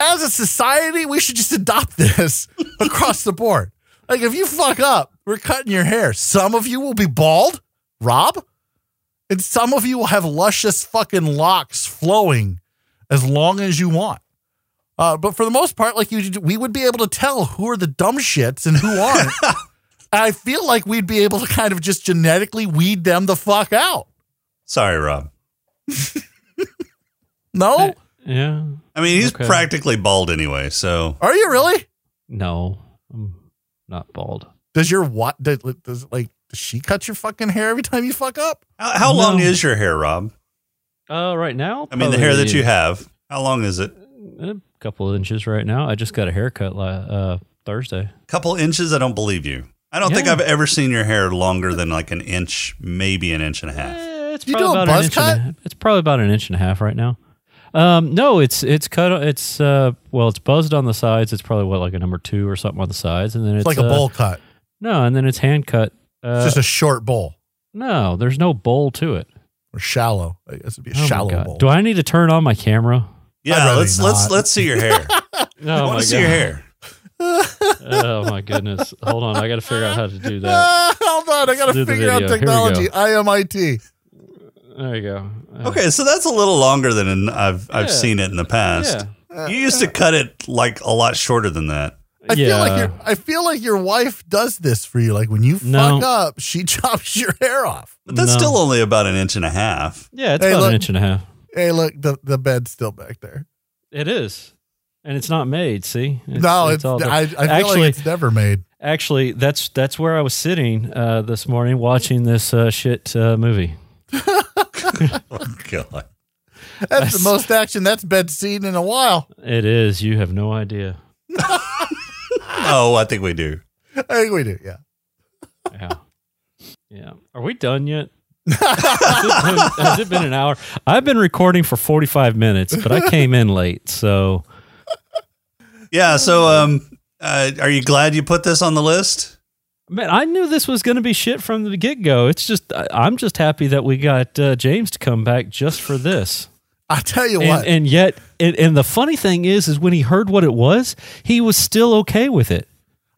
[SPEAKER 7] as a society, we should just adopt
[SPEAKER 9] [laughs]
[SPEAKER 7] this across the board. Like, if you fuck up, we're cutting your hair. Some of you will be bald, Rob, and some of you will have luscious fucking locks flowing as long as you want. Uh, but for the most part, like you, we would be able to tell who are the dumb shits and who
[SPEAKER 9] [laughs]
[SPEAKER 7] aren't. And I feel like we'd be able to kind of just genetically weed them the fuck out.
[SPEAKER 6] Sorry, Rob.
[SPEAKER 7] No?
[SPEAKER 9] Yeah.
[SPEAKER 6] I mean, he's
[SPEAKER 9] Okay.
[SPEAKER 6] practically bald anyway, so
[SPEAKER 7] Are you really?
[SPEAKER 9] No, I'm not bald.
[SPEAKER 7] Does your what? Does, does like does she cut your fucking hair every time you fuck up?
[SPEAKER 6] how, how long
[SPEAKER 9] No.
[SPEAKER 6] is your hair, Rob?
[SPEAKER 9] Uh, right now.
[SPEAKER 6] I mean, the hair that you have. How long is it?
[SPEAKER 9] have. A couple of inches right now. I just got a haircut la- uh, Thursday.
[SPEAKER 6] couple inches? I don't believe you. I don't think
[SPEAKER 9] Yeah.
[SPEAKER 6] I've ever seen your hair longer than like an inch, maybe an inch and a half.
[SPEAKER 9] Eh, it's
[SPEAKER 7] You
[SPEAKER 9] probably
[SPEAKER 7] do a
[SPEAKER 9] about
[SPEAKER 7] buzz
[SPEAKER 9] an inch and a half. It's probably about an inch and a half right now. Um, no, it's it's cut. It's uh, well, it's buzzed on the sides. It's probably what like a number two or something on the sides, and then it's,
[SPEAKER 7] It's, like a
[SPEAKER 9] uh,
[SPEAKER 7] bowl cut.
[SPEAKER 9] No, and then it's hand cut.
[SPEAKER 7] It's
[SPEAKER 9] Uh,
[SPEAKER 7] just a short bowl
[SPEAKER 9] no, there's no bowl to it.
[SPEAKER 7] or shallow. I guess it'd be a
[SPEAKER 9] Oh my
[SPEAKER 7] shallow
[SPEAKER 9] God.
[SPEAKER 7] bowl.
[SPEAKER 9] Do I need to turn on my camera?
[SPEAKER 7] I'd
[SPEAKER 6] Yeah,
[SPEAKER 7] rather
[SPEAKER 6] let's let's
[SPEAKER 7] not.
[SPEAKER 6] let's see your hair. I
[SPEAKER 9] [laughs] Oh
[SPEAKER 6] want
[SPEAKER 9] my
[SPEAKER 6] to see your
[SPEAKER 9] God.
[SPEAKER 6] hair.
[SPEAKER 9] [laughs] Oh my goodness! Hold on, I got to figure out how to do
[SPEAKER 7] [laughs]
[SPEAKER 9] that.
[SPEAKER 7] Ah, hold on, I gotta
[SPEAKER 9] Do the
[SPEAKER 7] figure out
[SPEAKER 9] video. Here we
[SPEAKER 7] technology.
[SPEAKER 9] go.
[SPEAKER 7] IMIT.
[SPEAKER 9] There you go. Uh,
[SPEAKER 6] Okay, so that's a little longer than an- I've I've
[SPEAKER 9] Yeah.
[SPEAKER 6] seen it in the past. You used to cut it like a lot shorter than that.
[SPEAKER 7] I feel like
[SPEAKER 9] Yeah.
[SPEAKER 7] your I feel like your wife does this for you. Like when you
[SPEAKER 9] No.
[SPEAKER 7] fuck up, she [laughs] chops your hair off.
[SPEAKER 6] But that's
[SPEAKER 9] No.
[SPEAKER 6] still only about an inch and a
[SPEAKER 7] [laughs]
[SPEAKER 6] half.
[SPEAKER 9] Yeah, it's
[SPEAKER 7] Hey,
[SPEAKER 9] about
[SPEAKER 7] look.
[SPEAKER 9] an inch and a half.
[SPEAKER 7] Hey, look, the, the bed's still back there.
[SPEAKER 9] It is, and it's not made. See,
[SPEAKER 7] no, it's,
[SPEAKER 9] all there.
[SPEAKER 7] I, I feel
[SPEAKER 9] actually
[SPEAKER 7] like it's never made.
[SPEAKER 9] actually that's that's where I was sitting uh, this morning watching this uh, shit uh, movie.
[SPEAKER 6] God.
[SPEAKER 7] That's the most action that's been seen in a while.
[SPEAKER 9] It is. You have no idea.
[SPEAKER 6] Oh, I think we do.
[SPEAKER 7] I think we do, yeah.
[SPEAKER 9] Yeah, [laughs] yeah. Are we done yet? has, it been, has it been an hour? I've been recording for forty five minutes, but I came in late, so
[SPEAKER 6] Yeah. So, um, uh, are you glad you put this on the list?
[SPEAKER 9] Man, I knew this was going to be shit from the get go. It's just, I- I'm just happy that we got uh, James to come back just for this.
[SPEAKER 7] I tell you
[SPEAKER 9] And,
[SPEAKER 7] what,
[SPEAKER 9] and yet, and, and the funny thing is, is when he heard what it was, he was still okay with it.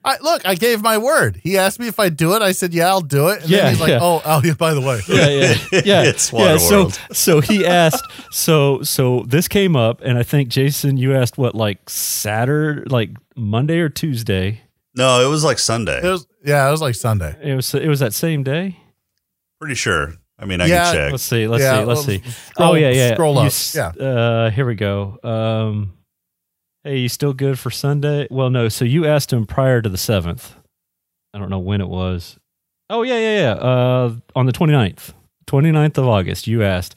[SPEAKER 7] I, look, I gave my word. He asked me if I'd do it. I said, yeah, I'll do it. And
[SPEAKER 9] Yeah,
[SPEAKER 7] then he's like,
[SPEAKER 9] yeah.
[SPEAKER 7] oh, oh, yeah, [laughs] by the way.
[SPEAKER 9] Yeah, yeah, yeah.
[SPEAKER 6] It's
[SPEAKER 9] yeah. So,
[SPEAKER 6] Waterworld.
[SPEAKER 9] so he asked. So, so this came up, and I think Jason, you asked what, like Saturday, like Monday or Tuesday.
[SPEAKER 6] No, it was like
[SPEAKER 7] It
[SPEAKER 6] Sunday.
[SPEAKER 7] was, yeah, it was like Sunday.
[SPEAKER 9] It was, it was that same day.
[SPEAKER 6] Pretty sure. I mean, I
[SPEAKER 7] Yeah,
[SPEAKER 6] can check.
[SPEAKER 9] Let's see. Let's
[SPEAKER 7] Yeah,
[SPEAKER 9] see. Let's
[SPEAKER 7] well,
[SPEAKER 9] see.
[SPEAKER 7] scroll-
[SPEAKER 9] oh yeah, yeah.
[SPEAKER 7] scroll
[SPEAKER 9] You
[SPEAKER 7] up.
[SPEAKER 9] s-
[SPEAKER 7] Yeah.
[SPEAKER 9] Uh, here we go. Um, hey, you still good for Sunday? Well, no. So you asked him prior to the seventh. I don't know when it was. Oh yeah, yeah, yeah. Uh, on the 29th. 29th of August, you asked,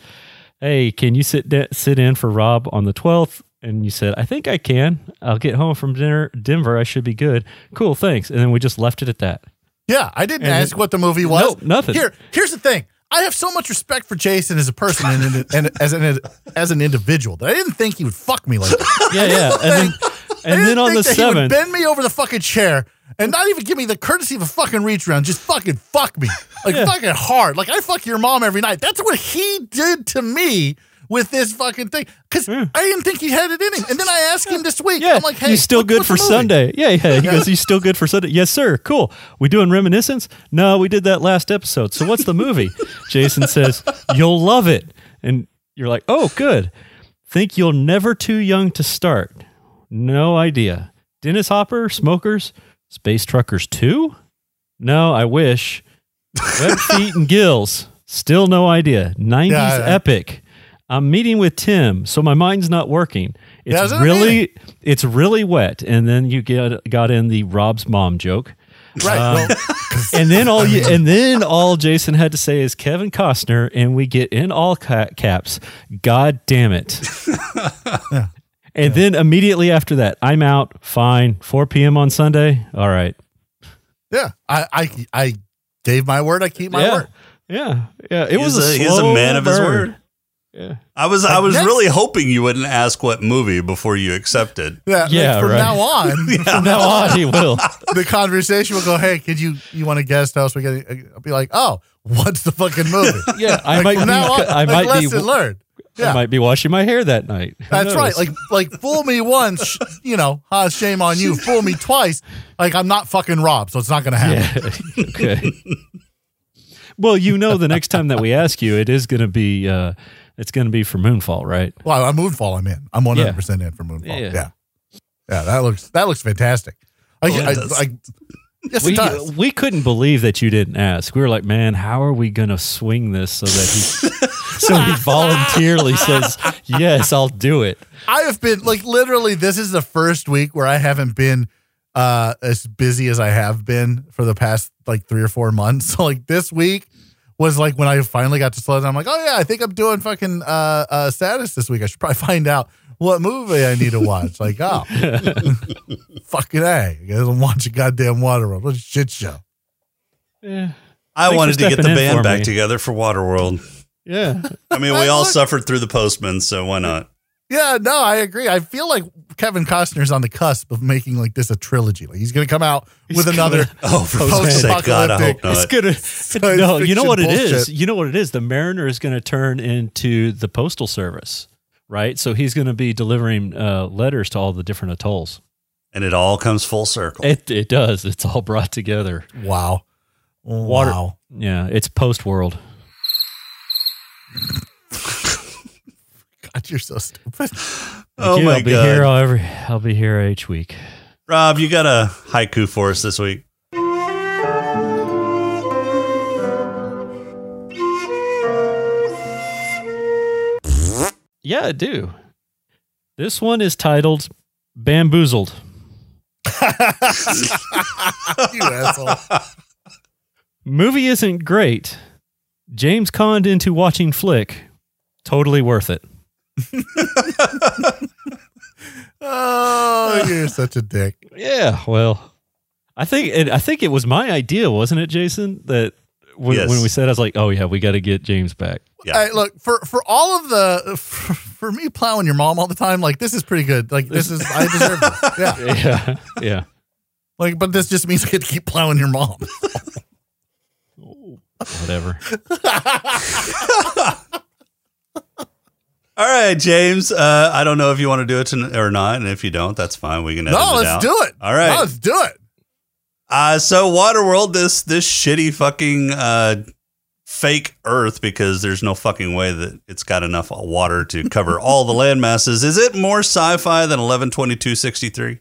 [SPEAKER 9] "Hey, can you sit de- sit in for Rob on the 12th?" And you said, "I think I can. I'll get home from dinner Denver. I should be good. Cool, thanks." And then we just left it at that.
[SPEAKER 7] Yeah, I didn't
[SPEAKER 9] And
[SPEAKER 7] ask what the movie was.
[SPEAKER 9] Nope, nothing.
[SPEAKER 7] Here, here's the thing. I have so much respect for Jason as a person and, and as an as an individual that I didn't think he would fuck me like that.
[SPEAKER 9] Yeah, yeah. And then,
[SPEAKER 7] [laughs] I
[SPEAKER 9] [laughs] and
[SPEAKER 7] didn't
[SPEAKER 9] then on
[SPEAKER 7] think
[SPEAKER 9] the
[SPEAKER 7] that he would
[SPEAKER 9] seventh,
[SPEAKER 7] bend me over the fucking chair and not even give me the courtesy of a fucking reach around. Just fucking fuck me, like fucking hard. Like I fuck your mom every night. That's what he did to me with this fucking thing. Because I didn't think he had it in him. And then I asked him this week.
[SPEAKER 9] Yeah,
[SPEAKER 7] I'm like, hey,
[SPEAKER 9] you still
[SPEAKER 7] what-
[SPEAKER 9] good
[SPEAKER 7] what's
[SPEAKER 9] for
[SPEAKER 7] the movie?
[SPEAKER 9] Sunday? Yeah, yeah.
[SPEAKER 7] [laughs]
[SPEAKER 9] He goes, you still good for Sunday? Yes, sir. Cool. We doing reminiscence? No, we did that last episode. So what's
[SPEAKER 7] [laughs]
[SPEAKER 9] the movie? Jason says you'll love it, and you're like, oh, good. Think you'll never too young to start? No idea. Dennis Hopper, Smokers, Space Truckers Two? No, I wish.
[SPEAKER 7] [laughs]
[SPEAKER 9] Web feet and gills. Still no idea. 90s
[SPEAKER 7] Yeah, I-
[SPEAKER 9] epic. I'm meeting with Tim, so my mind's not working.
[SPEAKER 7] Yeah,
[SPEAKER 9] It's
[SPEAKER 7] that's what I
[SPEAKER 9] really it's really wet. And then you get got in the Rob's mom joke.
[SPEAKER 7] Right.
[SPEAKER 9] Uh,
[SPEAKER 7] well,
[SPEAKER 9] And then all you and then all Jason had to say is Kevin Costner and we get in all ca- caps, god damn it.
[SPEAKER 7] [laughs]
[SPEAKER 9] And then immediately after that, I'm out. Fine. 4 p.m. on Sunday. All right.
[SPEAKER 7] yeah. I, I I gave my word. I keep my
[SPEAKER 9] yeah.
[SPEAKER 7] word.
[SPEAKER 9] Yeah. Yeah. It was
[SPEAKER 6] He's
[SPEAKER 9] a,
[SPEAKER 6] a- he's a
[SPEAKER 9] slow
[SPEAKER 6] man of his
[SPEAKER 9] burn.
[SPEAKER 6] word. I was I was
[SPEAKER 7] next-
[SPEAKER 6] really hoping you wouldn't ask what movie before you accepted.
[SPEAKER 7] Yeah, like,
[SPEAKER 9] Yeah,
[SPEAKER 7] from
[SPEAKER 9] right.
[SPEAKER 7] now
[SPEAKER 9] [laughs]
[SPEAKER 7] on,
[SPEAKER 9] From now on, he
[SPEAKER 7] [laughs]
[SPEAKER 9] will.
[SPEAKER 7] the conversation will go, "Hey, could you you want to guest host?" We get, I'll be like, "Oh, what's the fucking movie?"
[SPEAKER 9] [laughs] Yeah, I might
[SPEAKER 7] from
[SPEAKER 9] be- [laughs]
[SPEAKER 7] now on,
[SPEAKER 9] I
[SPEAKER 7] like,
[SPEAKER 9] might be-
[SPEAKER 7] lesson learned. Yeah,
[SPEAKER 9] I might be washing my hair that night. Who
[SPEAKER 7] that's right.
[SPEAKER 9] knows?
[SPEAKER 7] Like like fool me once, sh- you know, huh, shame on
[SPEAKER 9] [laughs]
[SPEAKER 7] you. Fool me twice, like I'm not fucking Rob, so it's not gonna happen.
[SPEAKER 9] okay. [laughs] well, you know, the next time that we ask you, it is going to be uh, it's going to be for Moonfall, right?
[SPEAKER 7] Well, I'm Moonfall. I'm in. I'm 100 percent in for Moonfall. Yeah.
[SPEAKER 9] Yeah.
[SPEAKER 7] yeah, that looks that looks fantastic. I,
[SPEAKER 6] Well, it
[SPEAKER 7] I,
[SPEAKER 6] does.
[SPEAKER 7] I, yes,
[SPEAKER 9] Oh, We
[SPEAKER 7] it does.
[SPEAKER 9] we couldn't believe that you didn't ask. We
[SPEAKER 7] [laughs]
[SPEAKER 9] were like, man, how are we going to swing this so that he so he voluntarily says yes, I'll do it.
[SPEAKER 7] I have been like literally this is the first week where I haven't been uh as busy as I have been for the past like three or four months. [laughs] So like this week was like when I finally got to slow down. I'm like, oh yeah, I think I'm doing fucking uh uh status this week. I should probably [laughs] find out what movie I need to watch. like, oh [laughs] fucking A. I guess I'm watching goddamn Waterworld. What a shit show.
[SPEAKER 9] Yeah.
[SPEAKER 6] I
[SPEAKER 9] Thanks
[SPEAKER 6] wanted
[SPEAKER 9] for
[SPEAKER 6] to get the
[SPEAKER 9] stepping in
[SPEAKER 6] band
[SPEAKER 9] for
[SPEAKER 6] back
[SPEAKER 9] me.
[SPEAKER 6] together for Waterworld.
[SPEAKER 9] Yeah.
[SPEAKER 6] I
[SPEAKER 7] [laughs]
[SPEAKER 6] mean, we all suffered through the postman, so why
[SPEAKER 9] [laughs]
[SPEAKER 6] not?
[SPEAKER 7] Yeah, no, I agree. I feel like Kevin Costner's on the cusp of making like this a trilogy. Like he's gonna come out with another
[SPEAKER 6] Oh, for fuck's sake, God, I hope
[SPEAKER 7] Post-apocalyptic.
[SPEAKER 6] not.
[SPEAKER 9] It's gonna
[SPEAKER 7] Science
[SPEAKER 9] no. You know
[SPEAKER 7] fiction
[SPEAKER 9] what it is.
[SPEAKER 7] bullshit.
[SPEAKER 9] You know what it is. The Mariner is going to turn into the postal service, right? So he's going to be delivering uh, letters to all the different atolls.
[SPEAKER 6] And it all comes full circle.
[SPEAKER 9] It it does. It's all brought together.
[SPEAKER 7] [laughs] Wow. Wow.
[SPEAKER 9] Yeah, it's post world.
[SPEAKER 7] God, [laughs] you're so stupid.
[SPEAKER 6] oh my
[SPEAKER 9] I'll be
[SPEAKER 6] God,
[SPEAKER 9] here all every. I'll be here each week.
[SPEAKER 6] Rob, you got a haiku for us this week?
[SPEAKER 9] Yeah, I do. This one is titled "Bamboozled."
[SPEAKER 7] You asshole.
[SPEAKER 9] Movie isn't great. James conned into watching flick. Totally worth it.
[SPEAKER 7] Oh, you're such a dick.
[SPEAKER 9] Yeah, well, I think it, I think it was my idea, wasn't it, Jason? That when,
[SPEAKER 6] Yes.
[SPEAKER 9] when we said, I was like, "Oh yeah, we got to get James back."
[SPEAKER 6] Yeah.
[SPEAKER 7] All right, look for for all of the for, for me plowing your mom all the time. Like this is pretty good. Like this is I deserve this.
[SPEAKER 6] [laughs]
[SPEAKER 7] Yeah.
[SPEAKER 9] Yeah, yeah.
[SPEAKER 7] Like, but this just means I get to keep plowing your mom.
[SPEAKER 9] Whatever.
[SPEAKER 6] All right, James. Uh, I don't know if you want to do it ton- or not, and if you don't, that's fine. We can edit
[SPEAKER 7] No,
[SPEAKER 6] it
[SPEAKER 7] let's
[SPEAKER 6] out.
[SPEAKER 7] do it.
[SPEAKER 6] All right.
[SPEAKER 7] No, let's do it.
[SPEAKER 6] Uh, so Waterworld, this this shitty fucking uh, fake Earth, because there's no fucking way that it's got enough water to cover all
[SPEAKER 7] [laughs]
[SPEAKER 6] the land masses. Is it more sci-fi than eleven twenty two sixty three?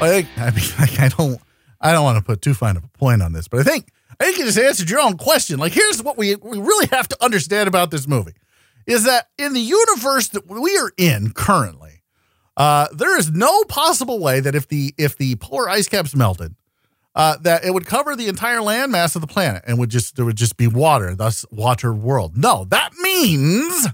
[SPEAKER 7] I think I mean [laughs] like I don't I don't want to put too fine of a point on this, but I think I think you just answered your own question. Like here's what we we really have to understand about this movie is that in the universe that we are in currently, uh, there is no possible way that if the if the polar ice caps melted, uh, that it would cover the entire landmass of the planet and would just there would just be water, thus water world. No, that means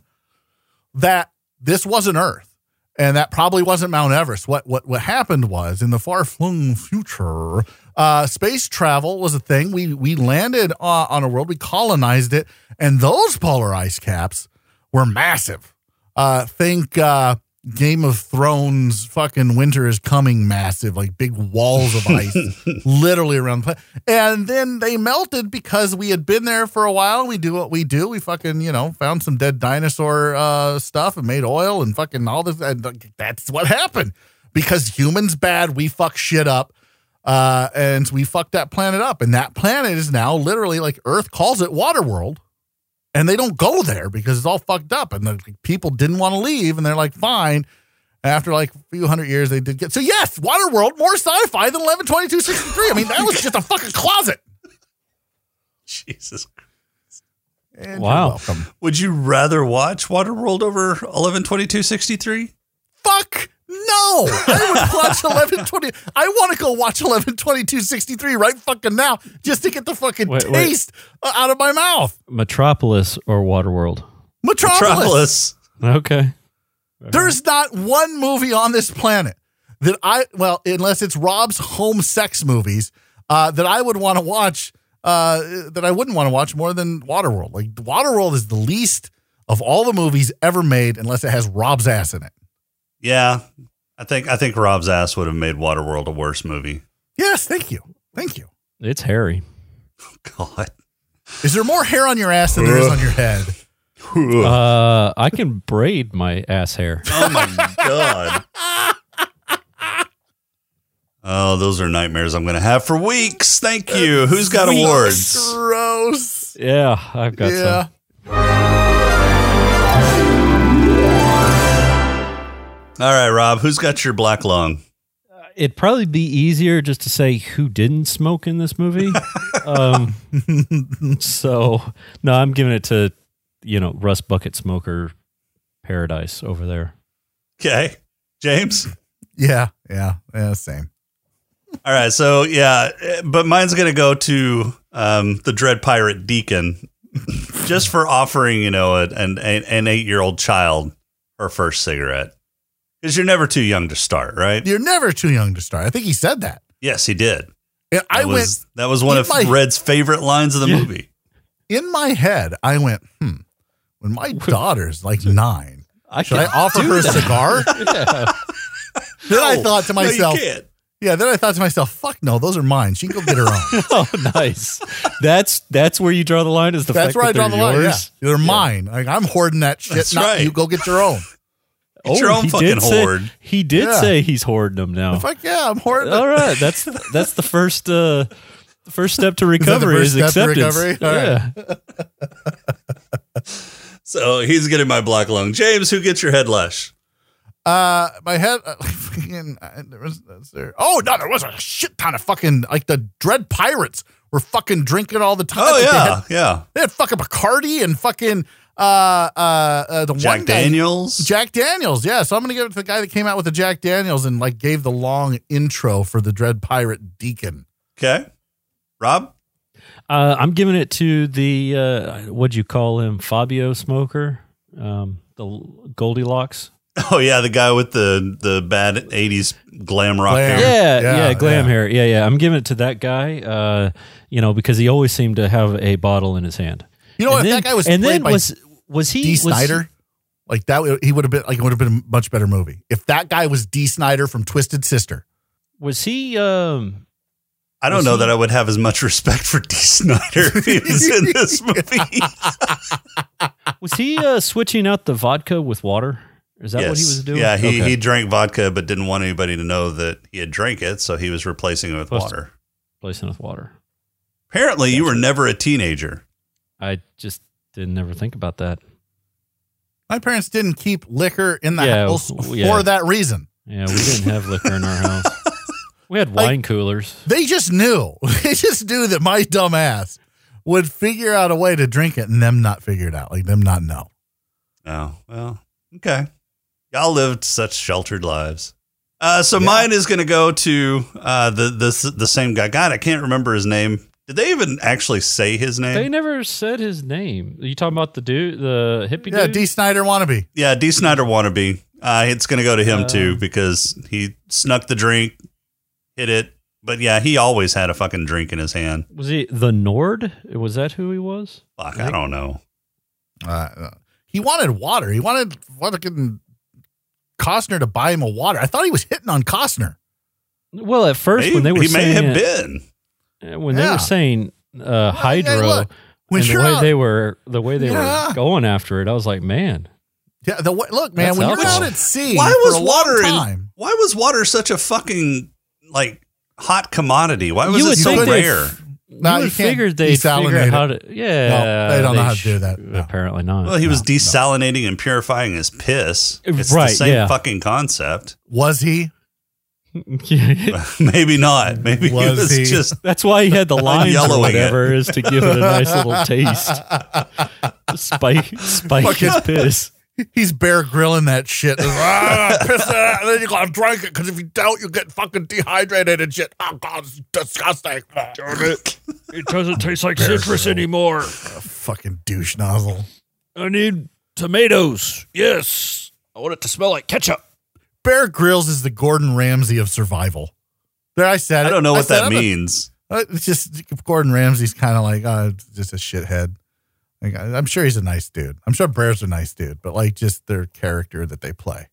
[SPEAKER 7] that this wasn't Earth, and that probably wasn't Mount Everest. What what what happened was in the far flung future, uh, space travel was a thing. We we landed uh, on a world, we colonized it, and those polar ice caps were massive. Uh, think uh, Game of Thrones, fucking winter is coming, massive, like big walls of ice, literally around the planet. And then they melted because we had been there for a while. We do what we do. We fucking, you know, found some dead dinosaur uh, stuff and made oil and fucking all this. And like, that's what happened because humans bad. We fuck shit up. Uh, and we fucked that planet up. And that planet is now literally like Earth calls it Water World and they don't go there because it's all fucked up and the people didn't want to leave and they're like fine after like a few hundred years they did get so yes waterworld more sci-fi than 11 i mean that was just a fucking closet
[SPEAKER 6] [laughs] Jesus.
[SPEAKER 7] And you're
[SPEAKER 9] Wow.
[SPEAKER 7] welcome.
[SPEAKER 6] Would you rather watch Waterworld over eleven twenty two sixty three?
[SPEAKER 7] fuck no i would watch 1120 i want to go watch 112263 right fucking now just to get the fucking
[SPEAKER 9] Wait, wait.
[SPEAKER 7] taste uh, out of my mouth
[SPEAKER 9] Metropolis or Waterworld.
[SPEAKER 6] Metropolis.
[SPEAKER 7] metropolis,
[SPEAKER 9] Okay.
[SPEAKER 7] there's not one movie on this planet that i well unless it's rob's home sex movies uh, that i would want to watch uh, that i wouldn't want to watch more than waterworld like waterworld is the least of all the movies ever made unless it has rob's ass in it
[SPEAKER 6] Yeah, I think I think Rob's ass would have made Waterworld a worse movie. [laughs]
[SPEAKER 7] yes thank you thank you
[SPEAKER 9] It's hairy.
[SPEAKER 6] God.
[SPEAKER 7] is there more hair on your ass than there is on your head
[SPEAKER 9] Uh, I can braid my ass hair.
[SPEAKER 6] Oh my god. Oh, those are nightmares I'm going to have for weeks. Thank you. Who's got awards?
[SPEAKER 7] gross
[SPEAKER 9] Yeah, I've got
[SPEAKER 7] yeah
[SPEAKER 9] some.
[SPEAKER 6] All right, Rob, who's got your black lung?
[SPEAKER 9] It'd probably be easier just to say who didn't smoke in this movie. Um, so no, I'm giving it to you know Russ Bucket Smoker Paradise over there.
[SPEAKER 6] Okay. James?
[SPEAKER 7] Yeah, yeah, yeah, same.
[SPEAKER 6] All right. So, yeah, eh, but mine's going to go to um, the Dread Pirate Deacon [laughs] just for offering, you know, a- an, an, an eight year old child her first cigarette. Because you're never too young to start, right?
[SPEAKER 7] You're never too young to start. I think he said that.
[SPEAKER 6] Yes, he did.
[SPEAKER 7] And I
[SPEAKER 6] That was,
[SPEAKER 7] went
[SPEAKER 6] that was one
[SPEAKER 7] in
[SPEAKER 6] of
[SPEAKER 7] my-
[SPEAKER 6] Red's favorite lines of the movie.
[SPEAKER 7] in my head. I went, hmm. When my daughter's like nine,
[SPEAKER 9] I
[SPEAKER 7] should I offer her a cigar? [laughs] Then I thought to myself,
[SPEAKER 6] no, you can't.
[SPEAKER 7] yeah. Then I thought to myself, fuck no, those are mine. She can go get her own.
[SPEAKER 9] [laughs] oh, nice. That's that's where you draw the line. Is [laughs] the
[SPEAKER 7] That's
[SPEAKER 9] fact
[SPEAKER 7] where I
[SPEAKER 9] that
[SPEAKER 7] draw the
[SPEAKER 9] they're
[SPEAKER 7] line. Yeah.
[SPEAKER 9] yours?
[SPEAKER 7] They're mine. Like I'm hoarding that shit.
[SPEAKER 6] That's
[SPEAKER 7] not
[SPEAKER 6] right.
[SPEAKER 7] you. Go get your own.
[SPEAKER 6] It's your own
[SPEAKER 9] Oh, he
[SPEAKER 6] fucking
[SPEAKER 9] did say-
[SPEAKER 6] hoard.
[SPEAKER 9] He did
[SPEAKER 7] Yeah.
[SPEAKER 9] say he's hoarding them now.
[SPEAKER 7] Fuck yeah, I'm hoarding.
[SPEAKER 9] [laughs] All
[SPEAKER 7] it.
[SPEAKER 9] right, that's that's the first uh, the first step to
[SPEAKER 7] the
[SPEAKER 9] recovery
[SPEAKER 7] first
[SPEAKER 9] is,
[SPEAKER 7] step to
[SPEAKER 9] acceptance.
[SPEAKER 7] recovery? All
[SPEAKER 9] yeah.
[SPEAKER 6] So he's getting my black lung. James, who gets your head lash?
[SPEAKER 7] Uh, my head. Uh, [laughs] fucking, uh, there was, that's there. Oh no, there was a shit ton of fucking like the Dread Pirates were fucking drinking all the time.
[SPEAKER 6] Oh,
[SPEAKER 7] Like, they
[SPEAKER 6] yeah.
[SPEAKER 7] had,
[SPEAKER 6] Yeah.
[SPEAKER 7] they had fucking Bacardi and fucking uh uh, uh the
[SPEAKER 6] Jack
[SPEAKER 7] one guy-
[SPEAKER 6] Daniels.
[SPEAKER 7] Jack Daniels, yeah. So I'm gonna give it to the guy that came out with the Jack Daniels and like gave the long intro for the Dread Pirate Deacon.
[SPEAKER 6] okay. Rob? [laughs]
[SPEAKER 9] Uh, I'm giving it to the uh, what'd you call him, Fabio Smoker, um, the L- Goldilocks.
[SPEAKER 6] Oh yeah, the guy with the the bad '80s glam rock
[SPEAKER 7] Glam.
[SPEAKER 6] hair.
[SPEAKER 9] Yeah,
[SPEAKER 7] Yeah,
[SPEAKER 9] yeah, glam
[SPEAKER 7] yeah.
[SPEAKER 9] hair. Yeah, yeah. I'm giving it to that guy. Uh, you know, because he always seemed to have a bottle in his hand.
[SPEAKER 7] You know
[SPEAKER 9] and
[SPEAKER 7] what?
[SPEAKER 9] then,
[SPEAKER 7] that guy was
[SPEAKER 9] and
[SPEAKER 7] played
[SPEAKER 9] then
[SPEAKER 7] by
[SPEAKER 9] was was he
[SPEAKER 7] D.
[SPEAKER 9] was he-
[SPEAKER 7] Snyder. Like that, would- he would have been like it would have been a much better movie if that guy was D. Snyder from Twisted Sister.
[SPEAKER 9] Was he? Um,
[SPEAKER 6] I don't know that I would have as much respect for D.
[SPEAKER 9] [laughs]
[SPEAKER 6] Snyder if he was in this movie.
[SPEAKER 9] was he uh, switching out the vodka with water? Is that what he
[SPEAKER 6] Yes.
[SPEAKER 9] was doing?
[SPEAKER 6] Yeah, he,
[SPEAKER 9] Okay.
[SPEAKER 6] he drank vodka, but didn't want anybody to know that he had drank it, so he was replacing it with
[SPEAKER 9] Plus-
[SPEAKER 6] water.
[SPEAKER 9] replacing with water.
[SPEAKER 6] Apparently, you were never a teenager.
[SPEAKER 9] I just didn't ever think about that.
[SPEAKER 7] My parents didn't keep liquor in the
[SPEAKER 9] Yeah,
[SPEAKER 7] house
[SPEAKER 9] w-
[SPEAKER 7] for
[SPEAKER 9] yeah.
[SPEAKER 7] that reason.
[SPEAKER 9] Yeah, we didn't have liquor in
[SPEAKER 6] [laughs]
[SPEAKER 9] our house. We had
[SPEAKER 7] Like-
[SPEAKER 9] wine coolers.
[SPEAKER 7] They just knew. [laughs] They just knew that my dumb ass would figure out a way to drink it and them not figure it out, like them not know.
[SPEAKER 6] Oh well, okay. Y'all lived such sheltered lives. Uh, so mine is going to go to uh, the the the same guy. God, I can't remember his name. Did they even actually say his name?
[SPEAKER 9] They never said his name. Are you talking about the dude, the hippie
[SPEAKER 7] Yeah,
[SPEAKER 9] dude?
[SPEAKER 7] D. Snyder wannabe.
[SPEAKER 6] Yeah, D. Snyder wannabe. Uh, it's going to go to him too
[SPEAKER 9] Uh.
[SPEAKER 6] because he snuck the drink, hit it. But yeah, he always had a fucking drink in his hand.
[SPEAKER 9] was he the Nord? Was that who he was?
[SPEAKER 6] Fuck, I don't know.
[SPEAKER 7] Uh, he wanted water. He wanted fucking Costner to buy him a water. I thought he was hitting on Costner.
[SPEAKER 9] Well, at first
[SPEAKER 6] Maybe-
[SPEAKER 9] when they were
[SPEAKER 6] he may
[SPEAKER 9] saying
[SPEAKER 6] have been.
[SPEAKER 9] when they
[SPEAKER 7] Yeah.
[SPEAKER 9] were saying uh,
[SPEAKER 7] hey,
[SPEAKER 9] hydro,
[SPEAKER 7] look, when
[SPEAKER 9] and the
[SPEAKER 7] you're
[SPEAKER 9] way
[SPEAKER 7] out-
[SPEAKER 9] they were the way they
[SPEAKER 7] Yeah.
[SPEAKER 9] were going after it, I was like, man,
[SPEAKER 7] Yeah, the way, look, man,
[SPEAKER 9] That's
[SPEAKER 7] when you're
[SPEAKER 9] alcohol.
[SPEAKER 7] out at sea,
[SPEAKER 6] Why was
[SPEAKER 7] for a
[SPEAKER 6] water?
[SPEAKER 7] water
[SPEAKER 6] in-
[SPEAKER 7] time?
[SPEAKER 6] why was water such a fucking like hot commodity? Why was
[SPEAKER 9] You
[SPEAKER 6] it
[SPEAKER 9] would
[SPEAKER 6] so
[SPEAKER 9] think they'd
[SPEAKER 6] rare?
[SPEAKER 7] No,
[SPEAKER 9] you
[SPEAKER 7] you can't
[SPEAKER 9] would figured they figure
[SPEAKER 7] desalinate
[SPEAKER 9] out how to. Yeah,
[SPEAKER 7] No, they don't know how to
[SPEAKER 9] sh-
[SPEAKER 7] do that. No.
[SPEAKER 9] Apparently not.
[SPEAKER 6] Well, he
[SPEAKER 9] [laughs]
[SPEAKER 6] was
[SPEAKER 7] No, no.
[SPEAKER 6] desalinating and purifying his piss. It's the
[SPEAKER 9] Right,
[SPEAKER 6] same
[SPEAKER 9] yeah.
[SPEAKER 6] fucking concept. [laughs]
[SPEAKER 7] Was he? [laughs]
[SPEAKER 6] Maybe not. Maybe he
[SPEAKER 7] Was
[SPEAKER 6] was
[SPEAKER 7] he?
[SPEAKER 6] just
[SPEAKER 9] That's why
[SPEAKER 7] [laughs]
[SPEAKER 9] he had the lines or
[SPEAKER 6] yellowing it.
[SPEAKER 9] whatever is to give it a nice little taste. Spike, spike his piss.
[SPEAKER 7] He's bear grilling that shit. [laughs] Ah, piss it out, and then you gotta drink it because if you don't, you get fucking dehydrated and shit. Oh god, it's disgusting.
[SPEAKER 10] It doesn't taste like citrus anymore.
[SPEAKER 7] fucking douche nozzle.
[SPEAKER 10] I need tomatoes. Yes. I want it to smell like ketchup.
[SPEAKER 7] Bear Grylls is the Gordon Ramsay of survival. There, I said.
[SPEAKER 6] I
[SPEAKER 7] it.
[SPEAKER 6] don't know what
[SPEAKER 7] said
[SPEAKER 6] that
[SPEAKER 7] I'm a-
[SPEAKER 6] means.
[SPEAKER 7] uh, it's just Gordon Ramsay's kind of like uh, just a shithead. Like, I- I'm sure he's a nice dude. I'm sure Bear's a nice dude, but like just their character that they play.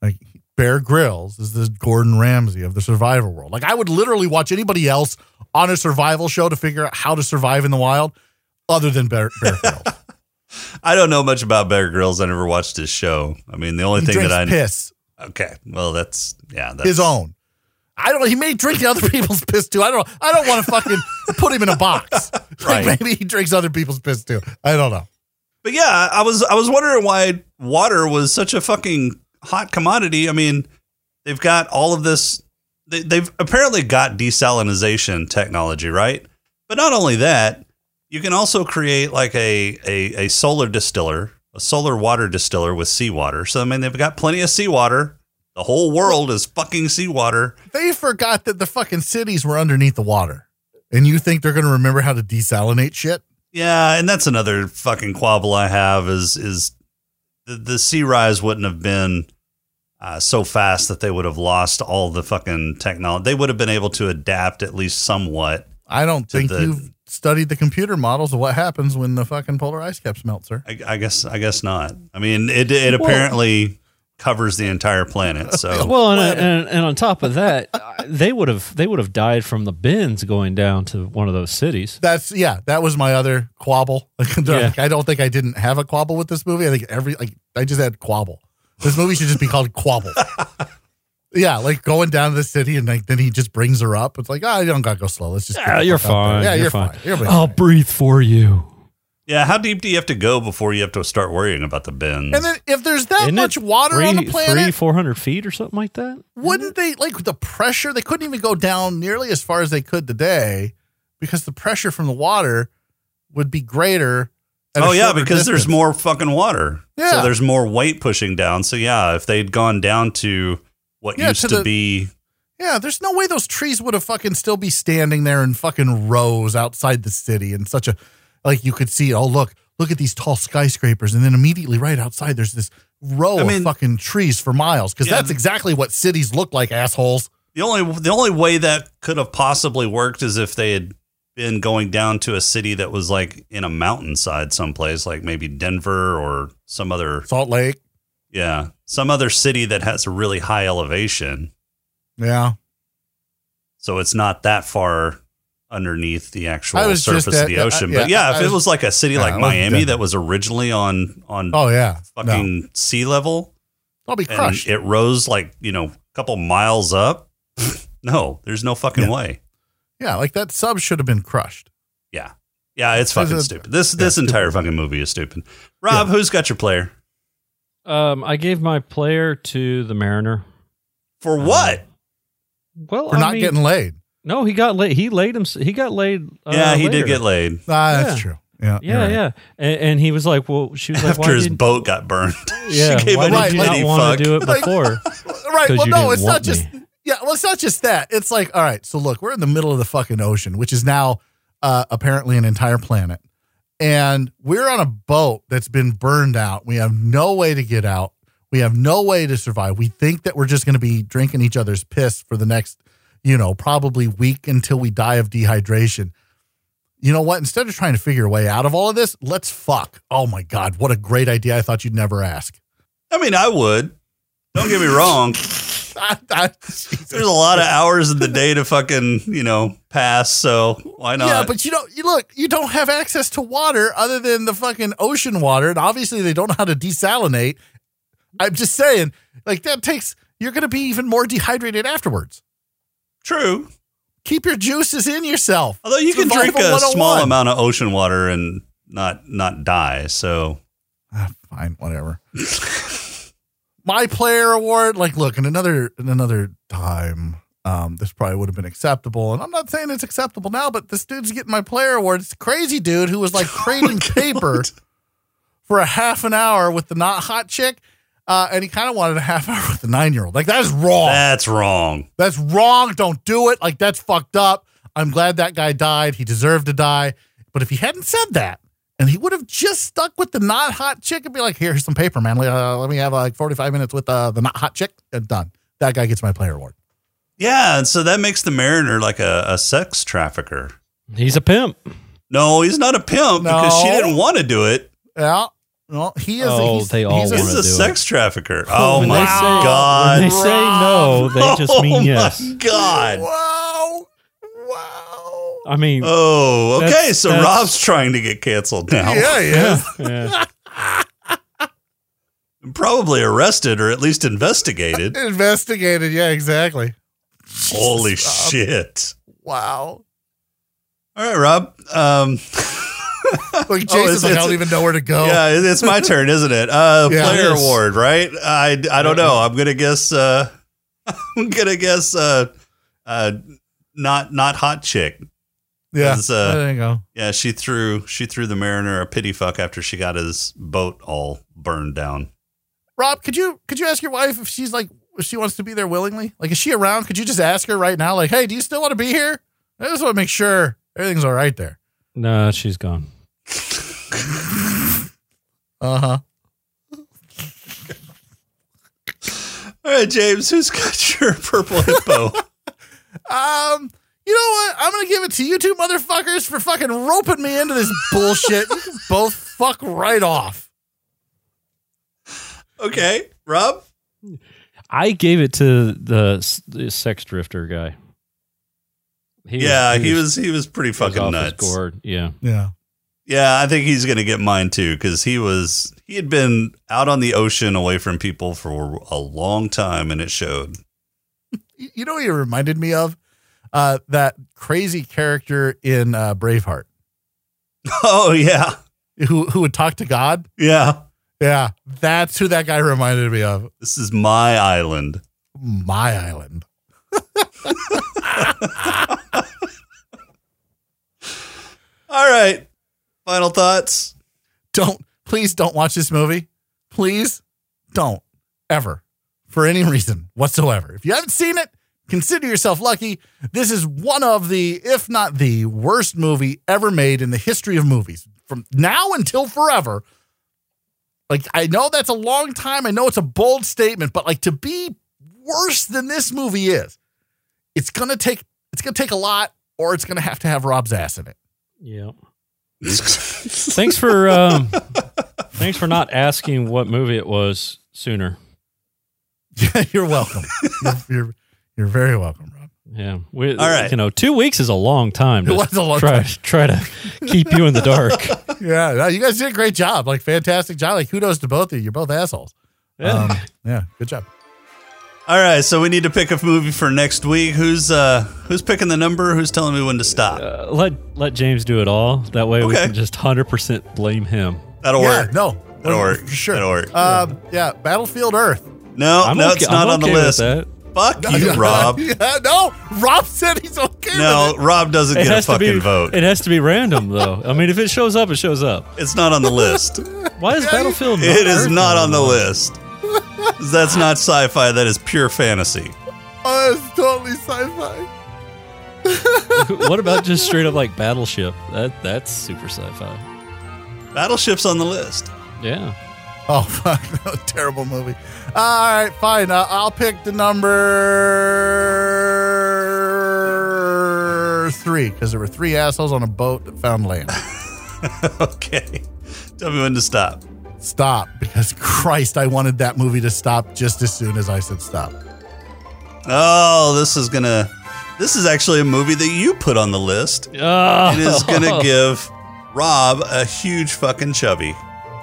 [SPEAKER 7] Like Bear Grylls is the Gordon Ramsay of the survival world. Like I would literally watch anybody else on a survival show to figure out how to survive in the wild, other than Bear,
[SPEAKER 6] [laughs]
[SPEAKER 7] Bear Grylls.
[SPEAKER 6] I don't know much about Bear Grylls. I never watched his show. I mean, the only
[SPEAKER 7] he
[SPEAKER 6] thing
[SPEAKER 7] drinks
[SPEAKER 6] that I
[SPEAKER 7] piss
[SPEAKER 6] okay, well, that's yeah, that's
[SPEAKER 7] his own. I don't. He may drink other [laughs] people's piss too. I don't. I don't want to fucking put him in a box. [laughs]
[SPEAKER 6] Right.
[SPEAKER 7] Like maybe he drinks other people's piss too. I don't know.
[SPEAKER 6] But yeah, I was I was wondering why water was such a fucking hot commodity. I mean, they've got all of this. They, they've apparently got desalinization technology, right? But not only that, you can also create like a a, a solar distiller, a solar water distiller with seawater. So I mean, they've got plenty of seawater. The whole world is fucking seawater.
[SPEAKER 7] They forgot that the fucking cities were underneath the water. And you think they're going to remember how to desalinate shit?
[SPEAKER 6] Yeah, and that's another fucking quabble I have is is the, the sea rise wouldn't have been uh, so fast that they would have lost all the fucking technology. They would have been able to adapt at least somewhat.
[SPEAKER 7] I don't
[SPEAKER 6] To
[SPEAKER 7] think
[SPEAKER 6] the-
[SPEAKER 7] you've studied the computer models of what happens when the fucking polar ice caps melt, sir.
[SPEAKER 6] I, I guess I guess not. I mean, it it apparently covers the entire planet.
[SPEAKER 7] [laughs]
[SPEAKER 6] So
[SPEAKER 9] Well, and, and, and on top of that, uh, they would have they would have died from the bins going down to one of those cities.
[SPEAKER 7] That's yeah. That was my other quabble. [laughs] Like,
[SPEAKER 9] Yeah.
[SPEAKER 7] I don't think I didn't have a quabble with this movie. I think every like I just had quabble. This movie should just be called
[SPEAKER 9] [laughs]
[SPEAKER 7] Quabble. yeah, like going down to the city and like then he just brings her up. It's like oh, you don't gotta go slow. Let's just get
[SPEAKER 9] Yeah,
[SPEAKER 7] the
[SPEAKER 9] you're
[SPEAKER 7] fuck out there."
[SPEAKER 9] fine. Oh,
[SPEAKER 7] Yeah, you're, fine. You're fine.
[SPEAKER 9] breathe for you.
[SPEAKER 6] yeah, how deep do you have to go before you have to start worrying about the bins?
[SPEAKER 7] and then if there's that
[SPEAKER 9] Isn't it
[SPEAKER 7] much water on the
[SPEAKER 9] three- Three,
[SPEAKER 7] planet,
[SPEAKER 9] four hundred feet or something like that.
[SPEAKER 7] wouldn't they
[SPEAKER 6] Mm-hmm.
[SPEAKER 7] like the pressure? They couldn't even go down nearly as far as they could today because the pressure from the water would be greater. at a
[SPEAKER 6] oh yeah,
[SPEAKER 7] shorter
[SPEAKER 6] because there's
[SPEAKER 7] distance.
[SPEAKER 6] more fucking water.
[SPEAKER 7] Yeah.
[SPEAKER 6] So there's more weight pushing down. So yeah, if they'd gone down to what
[SPEAKER 7] Yeah,
[SPEAKER 6] used
[SPEAKER 7] to
[SPEAKER 6] to,
[SPEAKER 7] the-
[SPEAKER 6] be
[SPEAKER 7] Yeah, there's no way those trees would have fucking still be standing there in fucking rows outside the city in such a like you could see, oh look, look at these tall skyscrapers, and then immediately right outside there's this row
[SPEAKER 6] I mean-
[SPEAKER 7] of fucking trees for miles. Because
[SPEAKER 6] Yeah.
[SPEAKER 7] that's exactly what cities look like, assholes.
[SPEAKER 6] the only the only way that could have possibly worked is if they had been going down to a city that was like in a mountainside someplace, like maybe Denver or some other
[SPEAKER 7] Salt Lake.
[SPEAKER 6] yeah some other city that has a really high elevation.
[SPEAKER 7] Yeah.
[SPEAKER 6] so it's not that far underneath the
[SPEAKER 7] I
[SPEAKER 6] actual
[SPEAKER 7] was just
[SPEAKER 6] surface of
[SPEAKER 7] at-
[SPEAKER 6] the
[SPEAKER 7] uh,
[SPEAKER 6] ocean.
[SPEAKER 7] yeah,
[SPEAKER 6] but yeah, if
[SPEAKER 7] I
[SPEAKER 6] it
[SPEAKER 7] was-
[SPEAKER 6] was like a city
[SPEAKER 7] yeah, I
[SPEAKER 6] like
[SPEAKER 7] was
[SPEAKER 6] Miami
[SPEAKER 7] done.
[SPEAKER 6] that was originally on on
[SPEAKER 7] Oh yeah. No.
[SPEAKER 6] fucking sea level
[SPEAKER 7] I'll be
[SPEAKER 6] and
[SPEAKER 7] crushed.
[SPEAKER 6] it rose like, you know, a couple miles up. [laughs] no, there's no fucking
[SPEAKER 7] Yeah.
[SPEAKER 6] way.
[SPEAKER 7] yeah, like that sub should have been crushed.
[SPEAKER 6] Yeah. Yeah, it's fucking
[SPEAKER 7] a-
[SPEAKER 6] stupid. This this entire fucking movie is stupid. Rob, who's got your player?
[SPEAKER 9] Um, I gave my player to the Mariner.
[SPEAKER 6] For what?
[SPEAKER 9] Well,
[SPEAKER 7] We're
[SPEAKER 9] I
[SPEAKER 7] not
[SPEAKER 9] mean-
[SPEAKER 7] getting laid.
[SPEAKER 9] No, he got laid. He laid him. He got laid. Uh,
[SPEAKER 6] yeah, he
[SPEAKER 9] later.
[SPEAKER 6] did get laid
[SPEAKER 7] Ah,
[SPEAKER 9] Yeah.
[SPEAKER 7] that's true. Yeah.
[SPEAKER 9] Yeah, yeah. And, and he was like, "Well, she was like,
[SPEAKER 6] after
[SPEAKER 9] why
[SPEAKER 6] his
[SPEAKER 9] didn't,
[SPEAKER 6] boat got burned. [laughs]
[SPEAKER 9] yeah,
[SPEAKER 6] she gave
[SPEAKER 9] why
[SPEAKER 6] it a
[SPEAKER 9] did you not
[SPEAKER 6] shitty
[SPEAKER 9] want to
[SPEAKER 6] fuck.
[SPEAKER 9] do it
[SPEAKER 7] Like-
[SPEAKER 9] before?"
[SPEAKER 7] Right.
[SPEAKER 9] 'Cause
[SPEAKER 7] Well,
[SPEAKER 9] you
[SPEAKER 7] no,
[SPEAKER 9] didn't
[SPEAKER 7] it's not
[SPEAKER 9] want
[SPEAKER 7] just
[SPEAKER 9] me.
[SPEAKER 7] yeah. Well, it's not just that. It's like all right. So look, we're in the middle of the fucking ocean, which is now uh, apparently an entire planet, and we're on a boat that's been burned out. We have no way to get out. We have no way to survive. We think that we're just going to be drinking each other's piss for the next, you know, probably week until we die of dehydration. You know what? Instead of trying to figure a way out of all of this, let's fuck. Oh my god, what a great idea! I thought you'd never ask. [laughs]
[SPEAKER 6] I mean, I would. Don't get me wrong.
[SPEAKER 7] I, I,
[SPEAKER 6] There's a lot of hours in the day to fucking, you know, pass, so why not?
[SPEAKER 7] Yeah, but you don't. You look. You don't have access to water other than the fucking ocean water, and obviously they don't know how to desalinate. I'm just saying, like that takes. You're going to be even more dehydrated afterwards.
[SPEAKER 6] True.
[SPEAKER 7] Keep your juices in yourself.
[SPEAKER 6] Although you can
[SPEAKER 7] Survival
[SPEAKER 6] drink a
[SPEAKER 7] 101.
[SPEAKER 6] small amount of ocean water and not not die. So
[SPEAKER 7] Ah, fine, whatever. [laughs] My player award, like, look, in another in another time, um, this probably would have been acceptable. And I'm not saying it's acceptable now, but this dude's getting my player award. It's a crazy dude who was like trading paper for a half an hour with the not hot chick. Uh, and he kind of wanted a half hour with the nine year old. Like, that's wrong.
[SPEAKER 6] that's wrong.
[SPEAKER 7] That's wrong. Don't do it. Like, that's fucked up. I'm glad that guy died. He deserved to die. But if he hadn't said that, and he would have just stuck with the not hot chick and be like, here's some paper, man. Let, uh, let me have like 45 minutes with uh, the not hot chick. And done. That guy gets my player award.
[SPEAKER 6] Yeah, and so that makes the mariner like a, a sex trafficker.
[SPEAKER 9] He's a pimp.
[SPEAKER 6] No, he's not a pimp because she
[SPEAKER 7] No.
[SPEAKER 6] didn't want to do it.
[SPEAKER 7] Yeah. Well, he is.
[SPEAKER 9] Oh,
[SPEAKER 7] he's,
[SPEAKER 9] they all
[SPEAKER 7] he's
[SPEAKER 9] wanna
[SPEAKER 6] He's
[SPEAKER 9] do
[SPEAKER 6] a
[SPEAKER 9] it.
[SPEAKER 6] sex trafficker. Oh
[SPEAKER 9] When
[SPEAKER 6] my
[SPEAKER 9] they say- When
[SPEAKER 6] god.
[SPEAKER 9] they say no, they just
[SPEAKER 6] [laughs] oh
[SPEAKER 9] mean yes.
[SPEAKER 6] my god.
[SPEAKER 7] Wow. Wow.
[SPEAKER 9] I mean,
[SPEAKER 6] Oh, okay.
[SPEAKER 9] That's-
[SPEAKER 6] so
[SPEAKER 9] that's-
[SPEAKER 6] Rob's trying to get canceled now.
[SPEAKER 7] Yeah, he
[SPEAKER 6] [laughs]
[SPEAKER 7] is.
[SPEAKER 9] yeah.
[SPEAKER 6] Probably arrested or at least
[SPEAKER 7] [laughs]
[SPEAKER 6] investigated.
[SPEAKER 7] Investigated. Yeah, exactly.
[SPEAKER 6] Holy shit.
[SPEAKER 7] Wow.
[SPEAKER 6] All right, Rob. Um,
[SPEAKER 7] Like, Jason's
[SPEAKER 6] Oh, it's-
[SPEAKER 7] like, I
[SPEAKER 6] it's-
[SPEAKER 7] don't even know where to go.
[SPEAKER 6] Yeah, it- it's
[SPEAKER 7] [laughs]
[SPEAKER 6] my turn, isn't it? Uh,
[SPEAKER 7] Yeah.
[SPEAKER 6] player
[SPEAKER 7] It is.
[SPEAKER 6] award, right? I, I don't know. I'm gonna guess. Uh, [laughs] I'm gonna guess. Uh, uh, not not hot chick.
[SPEAKER 7] Yeah.
[SPEAKER 6] 'Cause, uh,
[SPEAKER 7] there you go.
[SPEAKER 6] Yeah, she threw she threw the mariner a pity fuck after she got his boat all burned down.
[SPEAKER 7] Rob, could you could you ask your wife if she's like if she wants to be there willingly? Like, is she around? Could you just ask her right now? Like, hey, do you still want to be here? I just want to make sure everything's all right there.
[SPEAKER 9] No, she's gone.
[SPEAKER 7] Uh huh.
[SPEAKER 6] All right, James, who's got [laughs] your purple [laughs] hippo?
[SPEAKER 7] Um, you know what? I'm gonna give it to you two motherfuckers for fucking roping me into this bullshit. You can both fuck right off.
[SPEAKER 6] okay, Rob.
[SPEAKER 9] I gave it to the, s- the sex drifter guy. He was-
[SPEAKER 6] yeah, he was he was pretty fucking
[SPEAKER 9] off his
[SPEAKER 6] nuts.
[SPEAKER 9] gourd. Yeah.
[SPEAKER 7] Yeah.
[SPEAKER 6] Yeah, I think he's gonna get mine too because he was he had been out on the ocean away from people for a long time, and it showed. [laughs]
[SPEAKER 7] You you know what he reminded me of? Uh, that crazy character in uh, Braveheart
[SPEAKER 6] Oh yeah,
[SPEAKER 7] who who would talk to God.
[SPEAKER 6] yeah.
[SPEAKER 7] Yeah, that's who that guy reminded me of.
[SPEAKER 6] This is my island.
[SPEAKER 7] My island.
[SPEAKER 6] All right. Final thoughts.
[SPEAKER 7] Don't please don't watch this movie. Please don't ever for any reason whatsoever. If you haven't seen it, consider yourself lucky. This is one of the if not the worst movie ever made in the history of movies from now until forever. Like I know that's a long time. I know it's a bold statement, but like to be worse than this movie is, it's going to take it's going to take a lot or it's going to have to have Rob's ass in it.
[SPEAKER 6] [laughs]
[SPEAKER 9] Yeah. thanks for um, thanks for not asking what movie it was sooner.
[SPEAKER 7] Yeah, [laughs] you're welcome. you're, you're you're very welcome, Rob.
[SPEAKER 9] Yeah. We,
[SPEAKER 6] All right.
[SPEAKER 9] You know, two weeks is a long time. To
[SPEAKER 7] It was a long
[SPEAKER 9] try, Try to keep you in the dark.
[SPEAKER 7] Yeah, no, you guys did a great job. Like fantastic job. Like kudos to both of you. You're both assholes.
[SPEAKER 9] Yeah.
[SPEAKER 7] [laughs] Um, yeah, good job.
[SPEAKER 6] All right, so we need to pick a movie for next week. Who's uh who's picking the number? Who's telling me when to stop?
[SPEAKER 9] Uh, let let James do it all. That way we
[SPEAKER 6] Okay.
[SPEAKER 9] can just hundred percent blame him.
[SPEAKER 6] That'll
[SPEAKER 7] yeah,
[SPEAKER 6] work.
[SPEAKER 7] no,
[SPEAKER 6] That'll work.
[SPEAKER 7] For sure.
[SPEAKER 6] That'll work.
[SPEAKER 7] Um, yeah, Battlefield Earth.
[SPEAKER 6] No, no, it's
[SPEAKER 9] I'm
[SPEAKER 6] not on the
[SPEAKER 9] okay with
[SPEAKER 6] list.
[SPEAKER 9] that.
[SPEAKER 6] Fuck
[SPEAKER 7] [laughs]
[SPEAKER 6] you, Rob.
[SPEAKER 7] yeah, no, Rob said he's okay.
[SPEAKER 6] No,
[SPEAKER 7] with
[SPEAKER 6] Rob doesn't
[SPEAKER 9] It
[SPEAKER 6] get a
[SPEAKER 9] has to
[SPEAKER 6] fucking
[SPEAKER 9] be
[SPEAKER 6] vote.
[SPEAKER 9] It has to be random though. I mean, if it shows up, it shows up.
[SPEAKER 6] it's not on the
[SPEAKER 7] [laughs]
[SPEAKER 6] list.
[SPEAKER 9] Why is Battlefield?
[SPEAKER 6] it is
[SPEAKER 9] Earth
[SPEAKER 6] not on the list. That's not sci-fi. That is pure fantasy.
[SPEAKER 7] it. Oh, it's totally sci-fi.
[SPEAKER 9] what about just straight up like Battleship? That that's super sci-fi.
[SPEAKER 6] Battleship's on the list. [laughs]
[SPEAKER 9] Yeah.
[SPEAKER 7] Oh [laughs] fuck, no, terrible movie. Uh, All right, fine. Uh, I'll pick the number three because there were three assholes on a boat that found land.
[SPEAKER 6] okay, tell me when to stop.
[SPEAKER 7] stop because [laughs] Christ, I wanted that movie to stop just as soon as I said stop.
[SPEAKER 6] Oh, this is gonna. This is actually a movie that you put on the list.
[SPEAKER 9] Oh,
[SPEAKER 6] It is
[SPEAKER 9] [laughs]
[SPEAKER 6] gonna give Rob a huge fucking chubby.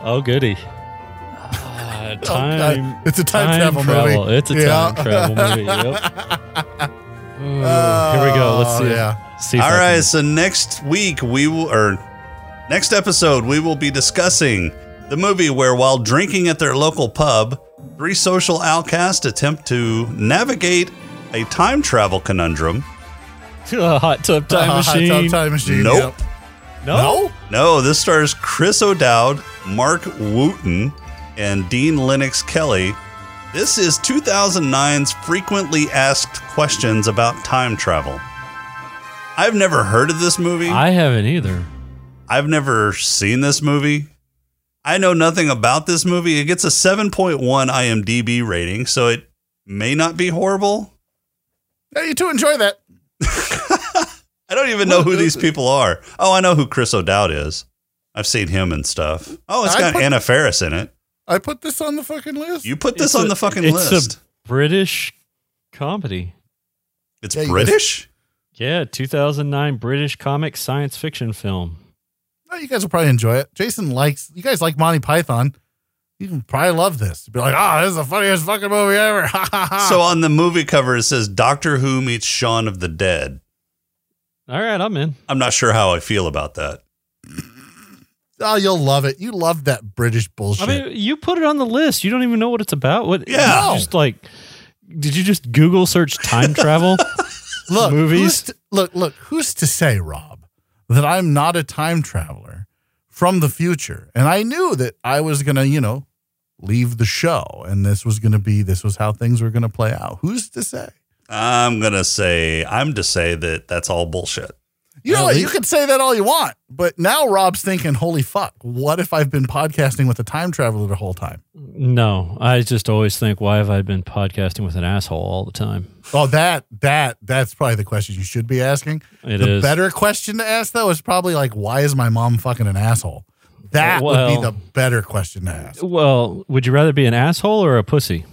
[SPEAKER 9] Oh goody. Ah, time.
[SPEAKER 7] God. It's a time travel movie.
[SPEAKER 9] It's a
[SPEAKER 7] Yeah.
[SPEAKER 9] time travel movie.
[SPEAKER 7] [laughs]
[SPEAKER 9] Yep. Ooh, here we go.
[SPEAKER 7] Oh,
[SPEAKER 9] Let's see.
[SPEAKER 7] yeah.
[SPEAKER 9] see if
[SPEAKER 6] All
[SPEAKER 9] I
[SPEAKER 6] right,
[SPEAKER 9] can-
[SPEAKER 6] so next week we will, or next episode, we will be discussing the movie where, while drinking at their local pub, three social outcasts attempt to navigate a time travel conundrum.
[SPEAKER 9] A [laughs] hot tub time
[SPEAKER 7] [laughs] Hot
[SPEAKER 9] machine.
[SPEAKER 7] Tub Time Machine.
[SPEAKER 6] Nope.
[SPEAKER 7] yep.
[SPEAKER 9] No.
[SPEAKER 6] No, this stars Chris O'Dowd, Mark Wooten, and Dean Lennox Kelly. This is 2009's frequently asked questions about time travel. I've never heard of this movie.
[SPEAKER 9] I haven't either.
[SPEAKER 6] I've never seen this movie. I know nothing about this movie. It gets a 7.1 IMDb rating, so it may not be horrible.
[SPEAKER 7] Yeah, you two enjoy that.
[SPEAKER 6] I don't even know who these people are. Oh, I know who Chris O'Dowd is. I've seen him and stuff. Oh, it's
[SPEAKER 7] I
[SPEAKER 6] got
[SPEAKER 7] put-
[SPEAKER 6] Anna Faris in it.
[SPEAKER 7] I put this on the fucking list.
[SPEAKER 6] You put this
[SPEAKER 9] It's
[SPEAKER 6] on
[SPEAKER 9] a-
[SPEAKER 6] the fucking
[SPEAKER 9] it's
[SPEAKER 6] list.
[SPEAKER 9] a British comedy.
[SPEAKER 6] it's
[SPEAKER 7] Yeah, you
[SPEAKER 6] British?
[SPEAKER 9] Yeah, 2009 British comic science fiction film.
[SPEAKER 7] Oh, you guys will probably enjoy it. Jason likes. You guys like Monty Python. You can probably love this. You'd be like, oh, this is the funniest fucking movie ever. [laughs] Ha ha ha.
[SPEAKER 6] So uh, on the movie cover, it says Doctor Who meets Shaun of the Dead.
[SPEAKER 9] All right, I'm in.
[SPEAKER 6] I'm not sure how I feel about that.
[SPEAKER 7] oh, you'll love it. You love that British bullshit.
[SPEAKER 9] I mean, you put it on the list. You don't even know what it's about. What?
[SPEAKER 6] Yeah.
[SPEAKER 9] you Just like, did you just [laughs] Google search time travel?
[SPEAKER 7] look,
[SPEAKER 9] movies-
[SPEAKER 7] who's to- look, look. Who's to say, Rob, that I'm not a time traveler from the future. And I knew that I was going to, you know, leave the show and this was going to be, this was how things were going to play out. Who's to say?
[SPEAKER 6] I'm gonna say I'm to say that that's all bullshit.
[SPEAKER 7] You know
[SPEAKER 9] Well,
[SPEAKER 7] what?
[SPEAKER 9] they-
[SPEAKER 7] You can say that all you want, but now Rob's thinking, holy fuck, what if I've been podcasting with a time traveler the whole time?
[SPEAKER 9] No, I just always think, why have I been podcasting with an asshole all the time?
[SPEAKER 7] Oh, that that that's probably the question you should be asking.
[SPEAKER 9] It
[SPEAKER 7] the
[SPEAKER 9] is.
[SPEAKER 7] better question to ask though is probably like, why is my mom fucking an asshole? That would be
[SPEAKER 9] Well-
[SPEAKER 7] the better question to ask.
[SPEAKER 9] Well, would you rather be an asshole or a pussy?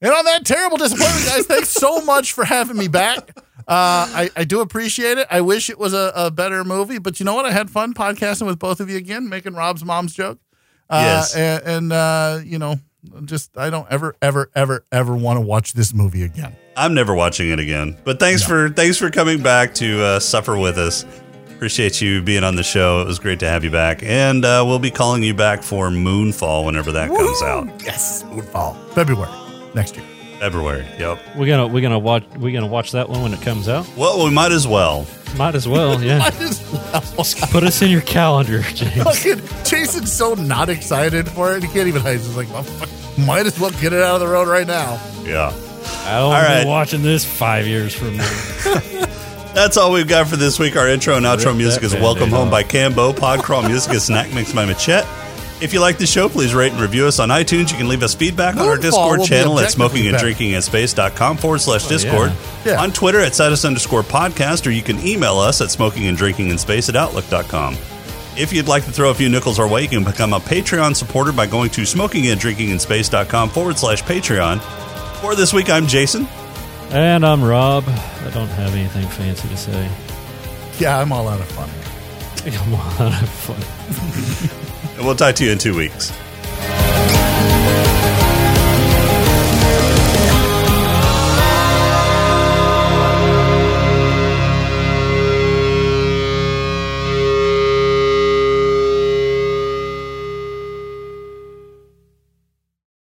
[SPEAKER 7] And on that terrible disappointment, guys, thanks so much for having me back. Uh, I, I do appreciate it. I wish it was a, a better movie, but you know what? I had fun podcasting with both of you again, making Rob's mom's joke. Uh,
[SPEAKER 6] Yes.
[SPEAKER 7] And, and uh, you know, just I don't ever, ever, ever, ever want to watch this movie again.
[SPEAKER 6] I'm never watching it again. But thanks for thanks for coming back to uh, suffer with us. Appreciate you being on the show. It was great to have you back, and uh, we'll be calling you back for Moonfall whenever that comes out.
[SPEAKER 7] Yes, Moonfall, February next year.
[SPEAKER 6] February. Yep.
[SPEAKER 9] We're gonna we're gonna watch we're gonna watch that one when it comes out.
[SPEAKER 6] Well, we might as well.
[SPEAKER 9] Might as well,
[SPEAKER 7] [laughs]
[SPEAKER 9] Oh, yeah. [laughs]
[SPEAKER 7] Might as well.
[SPEAKER 9] Put us in your [laughs] calendar, James.
[SPEAKER 7] Fucking Jason's so not excited for it. He can't even hide. He's just like, well, fuck, might as well get it out of the road right now.
[SPEAKER 6] Yeah.
[SPEAKER 9] I'll
[SPEAKER 6] All
[SPEAKER 9] be
[SPEAKER 6] right.
[SPEAKER 9] watching this five years from now.
[SPEAKER 6] That's all we've got for this week. Our intro and outro
[SPEAKER 9] Rip
[SPEAKER 6] music
[SPEAKER 9] that
[SPEAKER 6] is
[SPEAKER 9] Band-Aid
[SPEAKER 6] Welcome Home
[SPEAKER 9] off.
[SPEAKER 6] by Cambo, Podcrawl Music is Snack Mix by Machette. If you like the show, please rate and review us on iTunes. You can leave us feedback on our
[SPEAKER 7] Moonfall
[SPEAKER 6] Discord
[SPEAKER 7] will be
[SPEAKER 6] channel at
[SPEAKER 7] objectively
[SPEAKER 6] smoking and
[SPEAKER 7] better.
[SPEAKER 6] drinking at space.com forward slash
[SPEAKER 9] Oh,
[SPEAKER 6] Discord.
[SPEAKER 7] Yeah.
[SPEAKER 6] On Twitter at status underscore podcast, or you can email us at smoking and drinking in space at outlook.com. If you'd like to throw a few nickels our way, you can become a Patreon supporter by going to smoking and drinking in space.com forward slash Patreon. For this week, I'm Jason.
[SPEAKER 9] And I'm Rob. I don't have anything fancy to say. [laughs]
[SPEAKER 7] Yeah, I'm all out of fun.
[SPEAKER 9] I'm a lot of fun.
[SPEAKER 6] And we'll talk to you in two weeks.